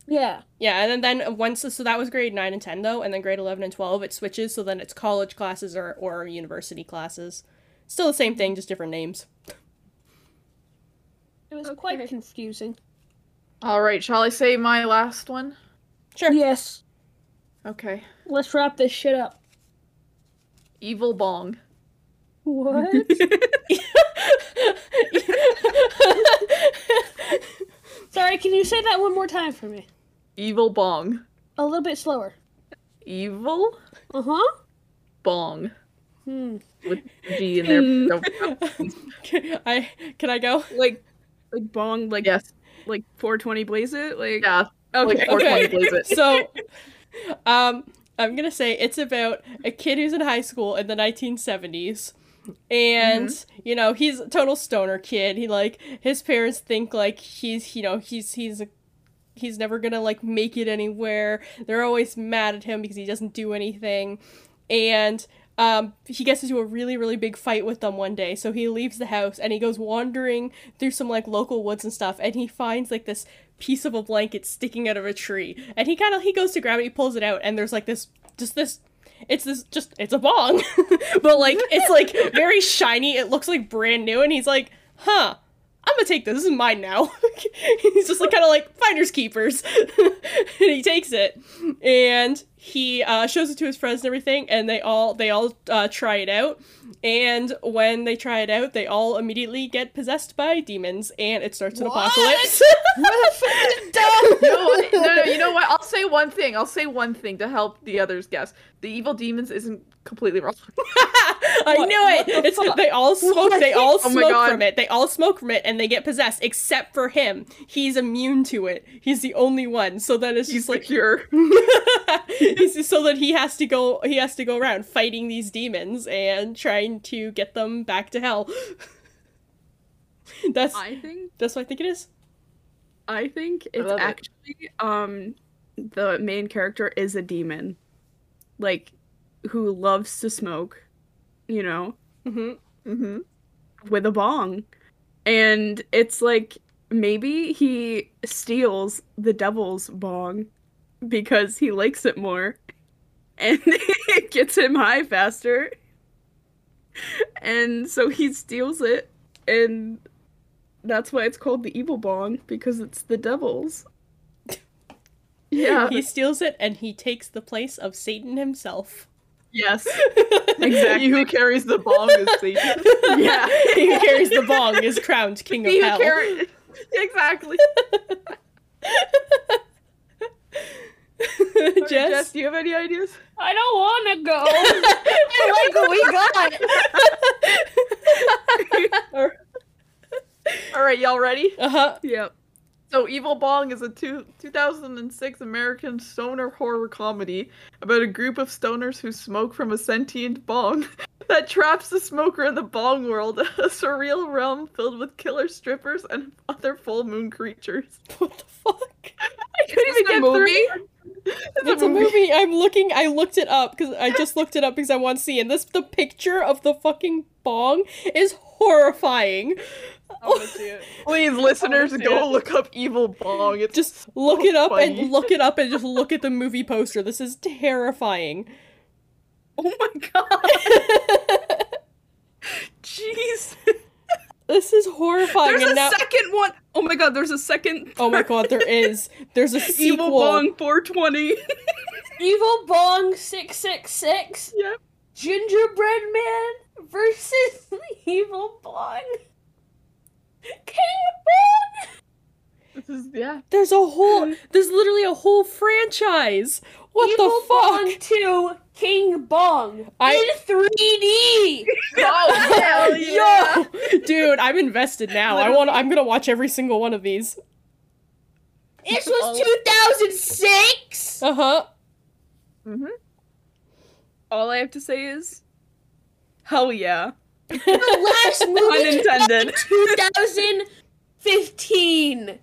[SPEAKER 5] Yeah.
[SPEAKER 1] yeah, and then then once so that was grade nine and ten though, and then grade eleven and twelve it switches. So then it's college classes or or university classes. Still the same thing, just different names.
[SPEAKER 5] It was quite confusing.
[SPEAKER 2] All right. Shall I say my last one?
[SPEAKER 1] Sure.
[SPEAKER 5] Yes.
[SPEAKER 2] Okay.
[SPEAKER 5] Let's wrap this shit up.
[SPEAKER 2] Evil bong.
[SPEAKER 5] What? Sorry, can you say that one more time for me?
[SPEAKER 2] Evil bong.
[SPEAKER 5] A little bit slower.
[SPEAKER 2] Evil
[SPEAKER 5] Uh huh.
[SPEAKER 2] bong.
[SPEAKER 5] Hmm.
[SPEAKER 2] With G in there. No,
[SPEAKER 1] I can I go?
[SPEAKER 6] Like, like bong, like
[SPEAKER 2] yes.
[SPEAKER 6] like 420 blaze it. Like,
[SPEAKER 2] Yeah.
[SPEAKER 6] okay.
[SPEAKER 2] Like 420 plays it.
[SPEAKER 1] so um i'm gonna say it's about a kid who's in high school in the 1970s and you know he's a total stoner kid he like his parents think like he's you know he's he's a he's never gonna like make it anywhere they're always mad at him because he doesn't do anything and um, he gets into a really really big fight with them one day so he leaves the house and he goes wandering through some like local woods and stuff and he finds like this piece of a blanket sticking out of a tree and he kind of he goes to grab it he pulls it out and there's like this just this it's this just it's a bong but like it's like very shiny it looks like brand new and he's like huh i'm gonna take this this is mine now he's just like kind of like finders keepers and he takes it and he uh, shows it to his friends and everything, and they all they all uh, try it out. And when they try it out, they all immediately get possessed by demons, and it starts an apocalypse.
[SPEAKER 2] no, no, no, you know what? I'll say one thing. I'll say one thing to help the others guess. The evil demons isn't completely wrong.
[SPEAKER 1] I knew it. It's they all smoke. They all
[SPEAKER 2] Oh my
[SPEAKER 1] smoke
[SPEAKER 2] God.
[SPEAKER 1] from it. They all smoke from it, and they get possessed. Except for him, he's immune to it. He's the only one. So then it's
[SPEAKER 2] He's
[SPEAKER 1] just like
[SPEAKER 2] secure.
[SPEAKER 1] It's just so that he has to go. He has to go around fighting these demons and trying to get them back to hell. that's
[SPEAKER 6] I think
[SPEAKER 1] that's what I think it is.
[SPEAKER 6] I think it's
[SPEAKER 2] love it.
[SPEAKER 6] actually um the main character is a demon. Like who loves to smoke, you know,
[SPEAKER 1] Mhm.
[SPEAKER 2] Mm-hmm.
[SPEAKER 6] with a bong. And it's like maybe he steals the devil's bong because he likes it more and it gets him high faster. And so he steals it and that's why it's called the evil bong because it's the devil's.
[SPEAKER 2] Yeah.
[SPEAKER 1] He steals it and he takes the place of Satan himself.
[SPEAKER 6] Yes.
[SPEAKER 2] He who carries the bong is Satan.
[SPEAKER 1] yeah, he who carries the bong is crowned king of
[SPEAKER 2] He who
[SPEAKER 1] hell.
[SPEAKER 2] carry- exactly.
[SPEAKER 1] Jess,
[SPEAKER 2] Jess, do you have any ideas?
[SPEAKER 5] I don't want to go.
[SPEAKER 7] I like what we got.
[SPEAKER 2] All right, y'all ready?
[SPEAKER 1] uh huh.
[SPEAKER 6] Yep.
[SPEAKER 2] So, Evil Bong is a two- 2006 American stoner horror comedy about a group of stoners who smoke from a sentient bong that traps the smoker in the bong world, a surreal realm filled with killer strippers and other full moon creatures.
[SPEAKER 1] What the fuck?
[SPEAKER 2] I couldn't even
[SPEAKER 6] a
[SPEAKER 2] get
[SPEAKER 6] movie?
[SPEAKER 2] through. It's,
[SPEAKER 1] It's a movie. I'm looking. I looked it up because I just looked it up because I want to see. And this, the picture of the fucking bong is horrifying.
[SPEAKER 2] Please, listeners, go look up Evil Bong. It's
[SPEAKER 1] Just look it up
[SPEAKER 2] funny.
[SPEAKER 1] and look it up and just look at the movie poster. This is terrifying.
[SPEAKER 6] Oh my god. Oh Jeez.
[SPEAKER 1] This is horrifying.
[SPEAKER 6] There's a
[SPEAKER 1] and now,
[SPEAKER 6] second one. Oh my god, there's a second
[SPEAKER 1] oh my god, there is. There's a
[SPEAKER 6] Evil
[SPEAKER 1] sequel.
[SPEAKER 6] Bong 420.
[SPEAKER 5] Evil Bong 666.
[SPEAKER 2] Yep.
[SPEAKER 5] Gingerbread Man versus Evil Bong. King
[SPEAKER 2] this is yeah.
[SPEAKER 1] There's a whole. There's literally a whole franchise. What
[SPEAKER 5] Bong. Evil
[SPEAKER 1] the fuck?
[SPEAKER 5] Bong 2. King Bong.
[SPEAKER 1] I-
[SPEAKER 5] In 3D.
[SPEAKER 2] Oh hell
[SPEAKER 1] Yo, dude, I'm invested now. I want. to I'm gonna watch every single one of these.
[SPEAKER 5] This was 2006.
[SPEAKER 1] Uh huh.
[SPEAKER 2] hmm
[SPEAKER 6] All I have to say is, hell yeah.
[SPEAKER 5] The last movie
[SPEAKER 6] Unintended.
[SPEAKER 5] 2015.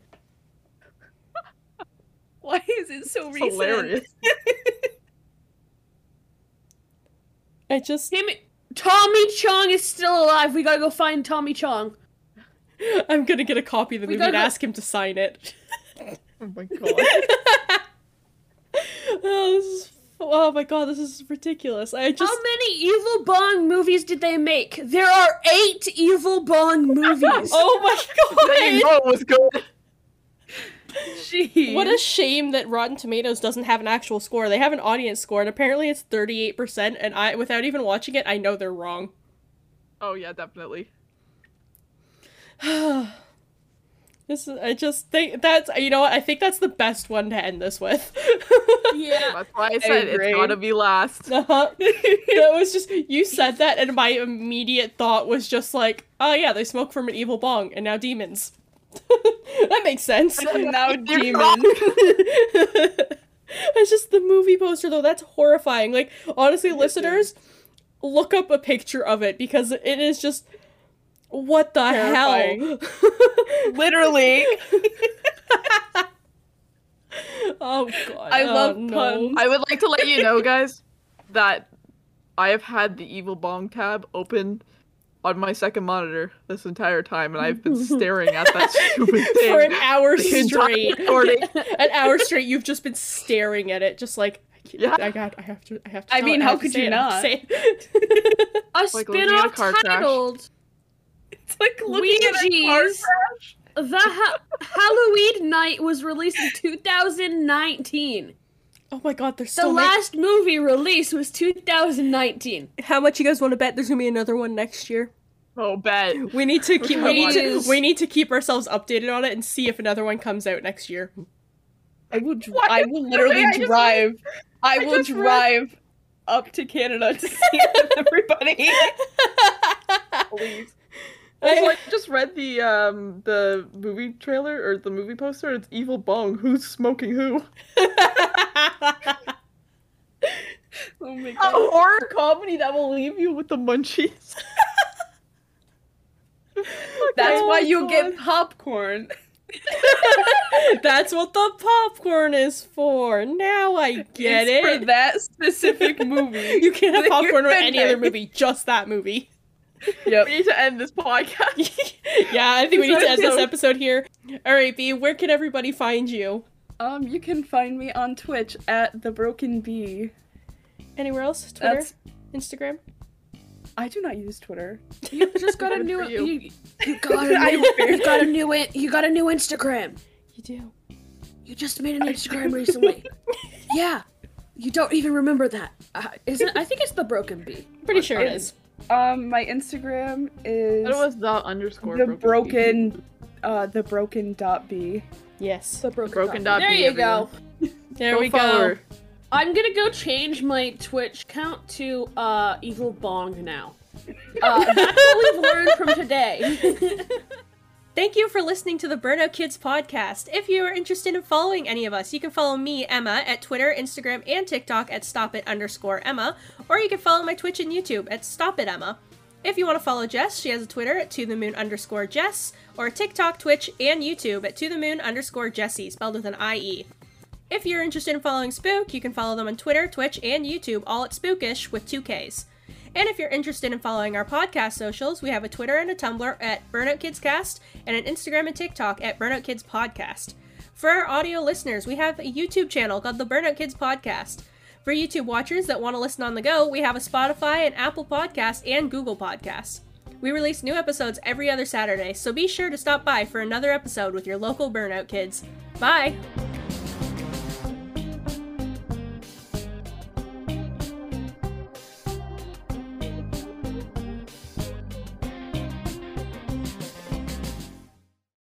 [SPEAKER 6] Why is it so recent?
[SPEAKER 2] Hilarious.
[SPEAKER 1] I just.
[SPEAKER 5] Him, Tommy Chong is still alive. We gotta go find Tommy Chong.
[SPEAKER 1] I'm gonna get a copy of the
[SPEAKER 5] We
[SPEAKER 1] movie and
[SPEAKER 5] gotta-
[SPEAKER 1] ask him to sign it.
[SPEAKER 2] Oh my god.
[SPEAKER 1] oh, this is. Oh my god, this is ridiculous. I just.
[SPEAKER 5] How many Evil Bong movies did they make? There are eight Evil Bong movies.
[SPEAKER 1] Oh
[SPEAKER 2] I
[SPEAKER 1] my
[SPEAKER 2] didn't
[SPEAKER 1] god!
[SPEAKER 2] know it was good.
[SPEAKER 6] Jeez.
[SPEAKER 1] What a shame that Rotten Tomatoes doesn't have an actual score. They have an audience score, and apparently it's 38%, and I, without even watching it, I know they're wrong.
[SPEAKER 2] Oh yeah, definitely.
[SPEAKER 1] This is, I just think that's, you know what, I think that's the best one to end this with.
[SPEAKER 5] yeah.
[SPEAKER 2] That's why I said
[SPEAKER 6] Agreed.
[SPEAKER 2] it's gotta be last.
[SPEAKER 1] Uh-huh. that was just you said that, and my immediate thought was just like, oh yeah, they smoke from an evil bong, and now demons. that makes sense.
[SPEAKER 6] now demon.
[SPEAKER 1] it's just the movie poster though. That's horrifying. Like honestly, listeners, look up a picture of it because it is just what the hell.
[SPEAKER 6] Terrifying. Literally.
[SPEAKER 1] oh god.
[SPEAKER 6] I
[SPEAKER 1] Oh,
[SPEAKER 6] love
[SPEAKER 1] no.
[SPEAKER 6] puns.
[SPEAKER 2] Uh, I would like to let you know, guys, that I have had the evil bong tab open on my second monitor this entire time, and I've been staring at that stupid thing
[SPEAKER 1] For an hour
[SPEAKER 2] the entire
[SPEAKER 1] straight.
[SPEAKER 2] recording.
[SPEAKER 1] an hour straight you've just been staring at it just like I can't-
[SPEAKER 2] Yeah.
[SPEAKER 1] I got I have to I have to
[SPEAKER 6] I
[SPEAKER 1] tell
[SPEAKER 6] mean,
[SPEAKER 1] it,
[SPEAKER 6] how
[SPEAKER 1] have to
[SPEAKER 6] could
[SPEAKER 1] say
[SPEAKER 6] you
[SPEAKER 1] it, I have to
[SPEAKER 6] not?
[SPEAKER 1] say it.
[SPEAKER 5] A
[SPEAKER 2] like looking at a
[SPEAKER 5] spin-off
[SPEAKER 2] car crash.
[SPEAKER 5] titled
[SPEAKER 6] It's like looking
[SPEAKER 5] Ouija's The ha- Halloween Night was released in 2019.
[SPEAKER 1] Oh my god, there's
[SPEAKER 5] The
[SPEAKER 1] so many.
[SPEAKER 5] last movie release was 2019.
[SPEAKER 1] How much you guys want to bet there's gonna be another one next year?
[SPEAKER 2] Oh, bet.
[SPEAKER 1] We need to keep we need to,
[SPEAKER 5] Please.
[SPEAKER 1] we need to keep ourselves updated on it and see if another one comes out next year.
[SPEAKER 4] I will. Dr-
[SPEAKER 2] What?
[SPEAKER 4] I will
[SPEAKER 2] Okay,
[SPEAKER 4] literally
[SPEAKER 2] I just-
[SPEAKER 4] drive. I,
[SPEAKER 2] I
[SPEAKER 4] will
[SPEAKER 2] just read-
[SPEAKER 4] drive up to Canada to see it with everybody.
[SPEAKER 2] Please. Also, I just read the um the movie trailer or the movie poster. It's Evil Bong. Who's smoking who?
[SPEAKER 5] Oh my
[SPEAKER 2] A horror comedy that will leave you with the munchies.
[SPEAKER 4] That's
[SPEAKER 2] Okay.
[SPEAKER 4] why you get popcorn.
[SPEAKER 1] That's what the popcorn is for. Now I get
[SPEAKER 4] It's
[SPEAKER 1] it.
[SPEAKER 4] for that specific movie.
[SPEAKER 1] You can't have
[SPEAKER 4] You're
[SPEAKER 1] popcorn with any other
[SPEAKER 4] midnight.
[SPEAKER 1] movie, just that movie.
[SPEAKER 2] We need to end this podcast.
[SPEAKER 1] yeah, I think we need to end this
[SPEAKER 2] So-
[SPEAKER 1] episode here. All right, B, where can everybody find you?
[SPEAKER 6] Um, you can find me on Twitch at the Broken Bee.
[SPEAKER 1] Anywhere else? Twitter,
[SPEAKER 6] That's
[SPEAKER 1] Instagram.
[SPEAKER 6] I do not use Twitter.
[SPEAKER 5] You just got a new
[SPEAKER 2] for you.
[SPEAKER 5] you. You, got a new you got a new in, you got a new Instagram.
[SPEAKER 1] You do.
[SPEAKER 5] You just made an Instagram recently. yeah. You don't even remember that. Uh, isn't I think it's the broken bee.
[SPEAKER 1] Pretty sure it is.
[SPEAKER 6] Um, my Instagram is
[SPEAKER 2] It was the underscore
[SPEAKER 6] the
[SPEAKER 2] broken.
[SPEAKER 6] broken, uh, the broken dot B.
[SPEAKER 1] Yes.
[SPEAKER 5] The broken,
[SPEAKER 2] Broken
[SPEAKER 5] dot
[SPEAKER 2] dot
[SPEAKER 5] bee. There
[SPEAKER 2] bee,
[SPEAKER 5] you
[SPEAKER 2] everyone.
[SPEAKER 5] go.
[SPEAKER 1] There
[SPEAKER 2] Go
[SPEAKER 1] we
[SPEAKER 2] follow
[SPEAKER 1] go.
[SPEAKER 2] her.
[SPEAKER 5] I'm gonna go change my Twitch count to uh Evil Bong now. Uh, that's what we've learned from today.
[SPEAKER 1] Thank you for listening to the Burnout Kids podcast. If you are interested in following any of us, you can follow me, Emma, at Twitter, Instagram, and TikTok at stop it underscore Emma, or you can follow my Twitch and YouTube at stop it Emma. If you want to follow Jess, she has a Twitter at to the moon underscore Jess, or TikTok, Twitch, and YouTube at to the moon underscore Jessie, spelled with an E. IE. If you're interested in following Spook, you can follow them on Twitter, Twitch, and YouTube, all at Spookish with two Ks. And if you're interested in following our podcast socials, we have a Twitter and a Tumblr at Burnout Kids Cast and an Instagram and TikTok at Burnout Kids Podcast. For our audio listeners, we have a YouTube channel called the Burnout Kids Podcast. For YouTube watchers that want to listen on the go, we have a Spotify, an Apple Podcast, and Google Podcast. We release new episodes every other Saturday, so be sure to stop by for another episode with your local Burnout Kids. Bye!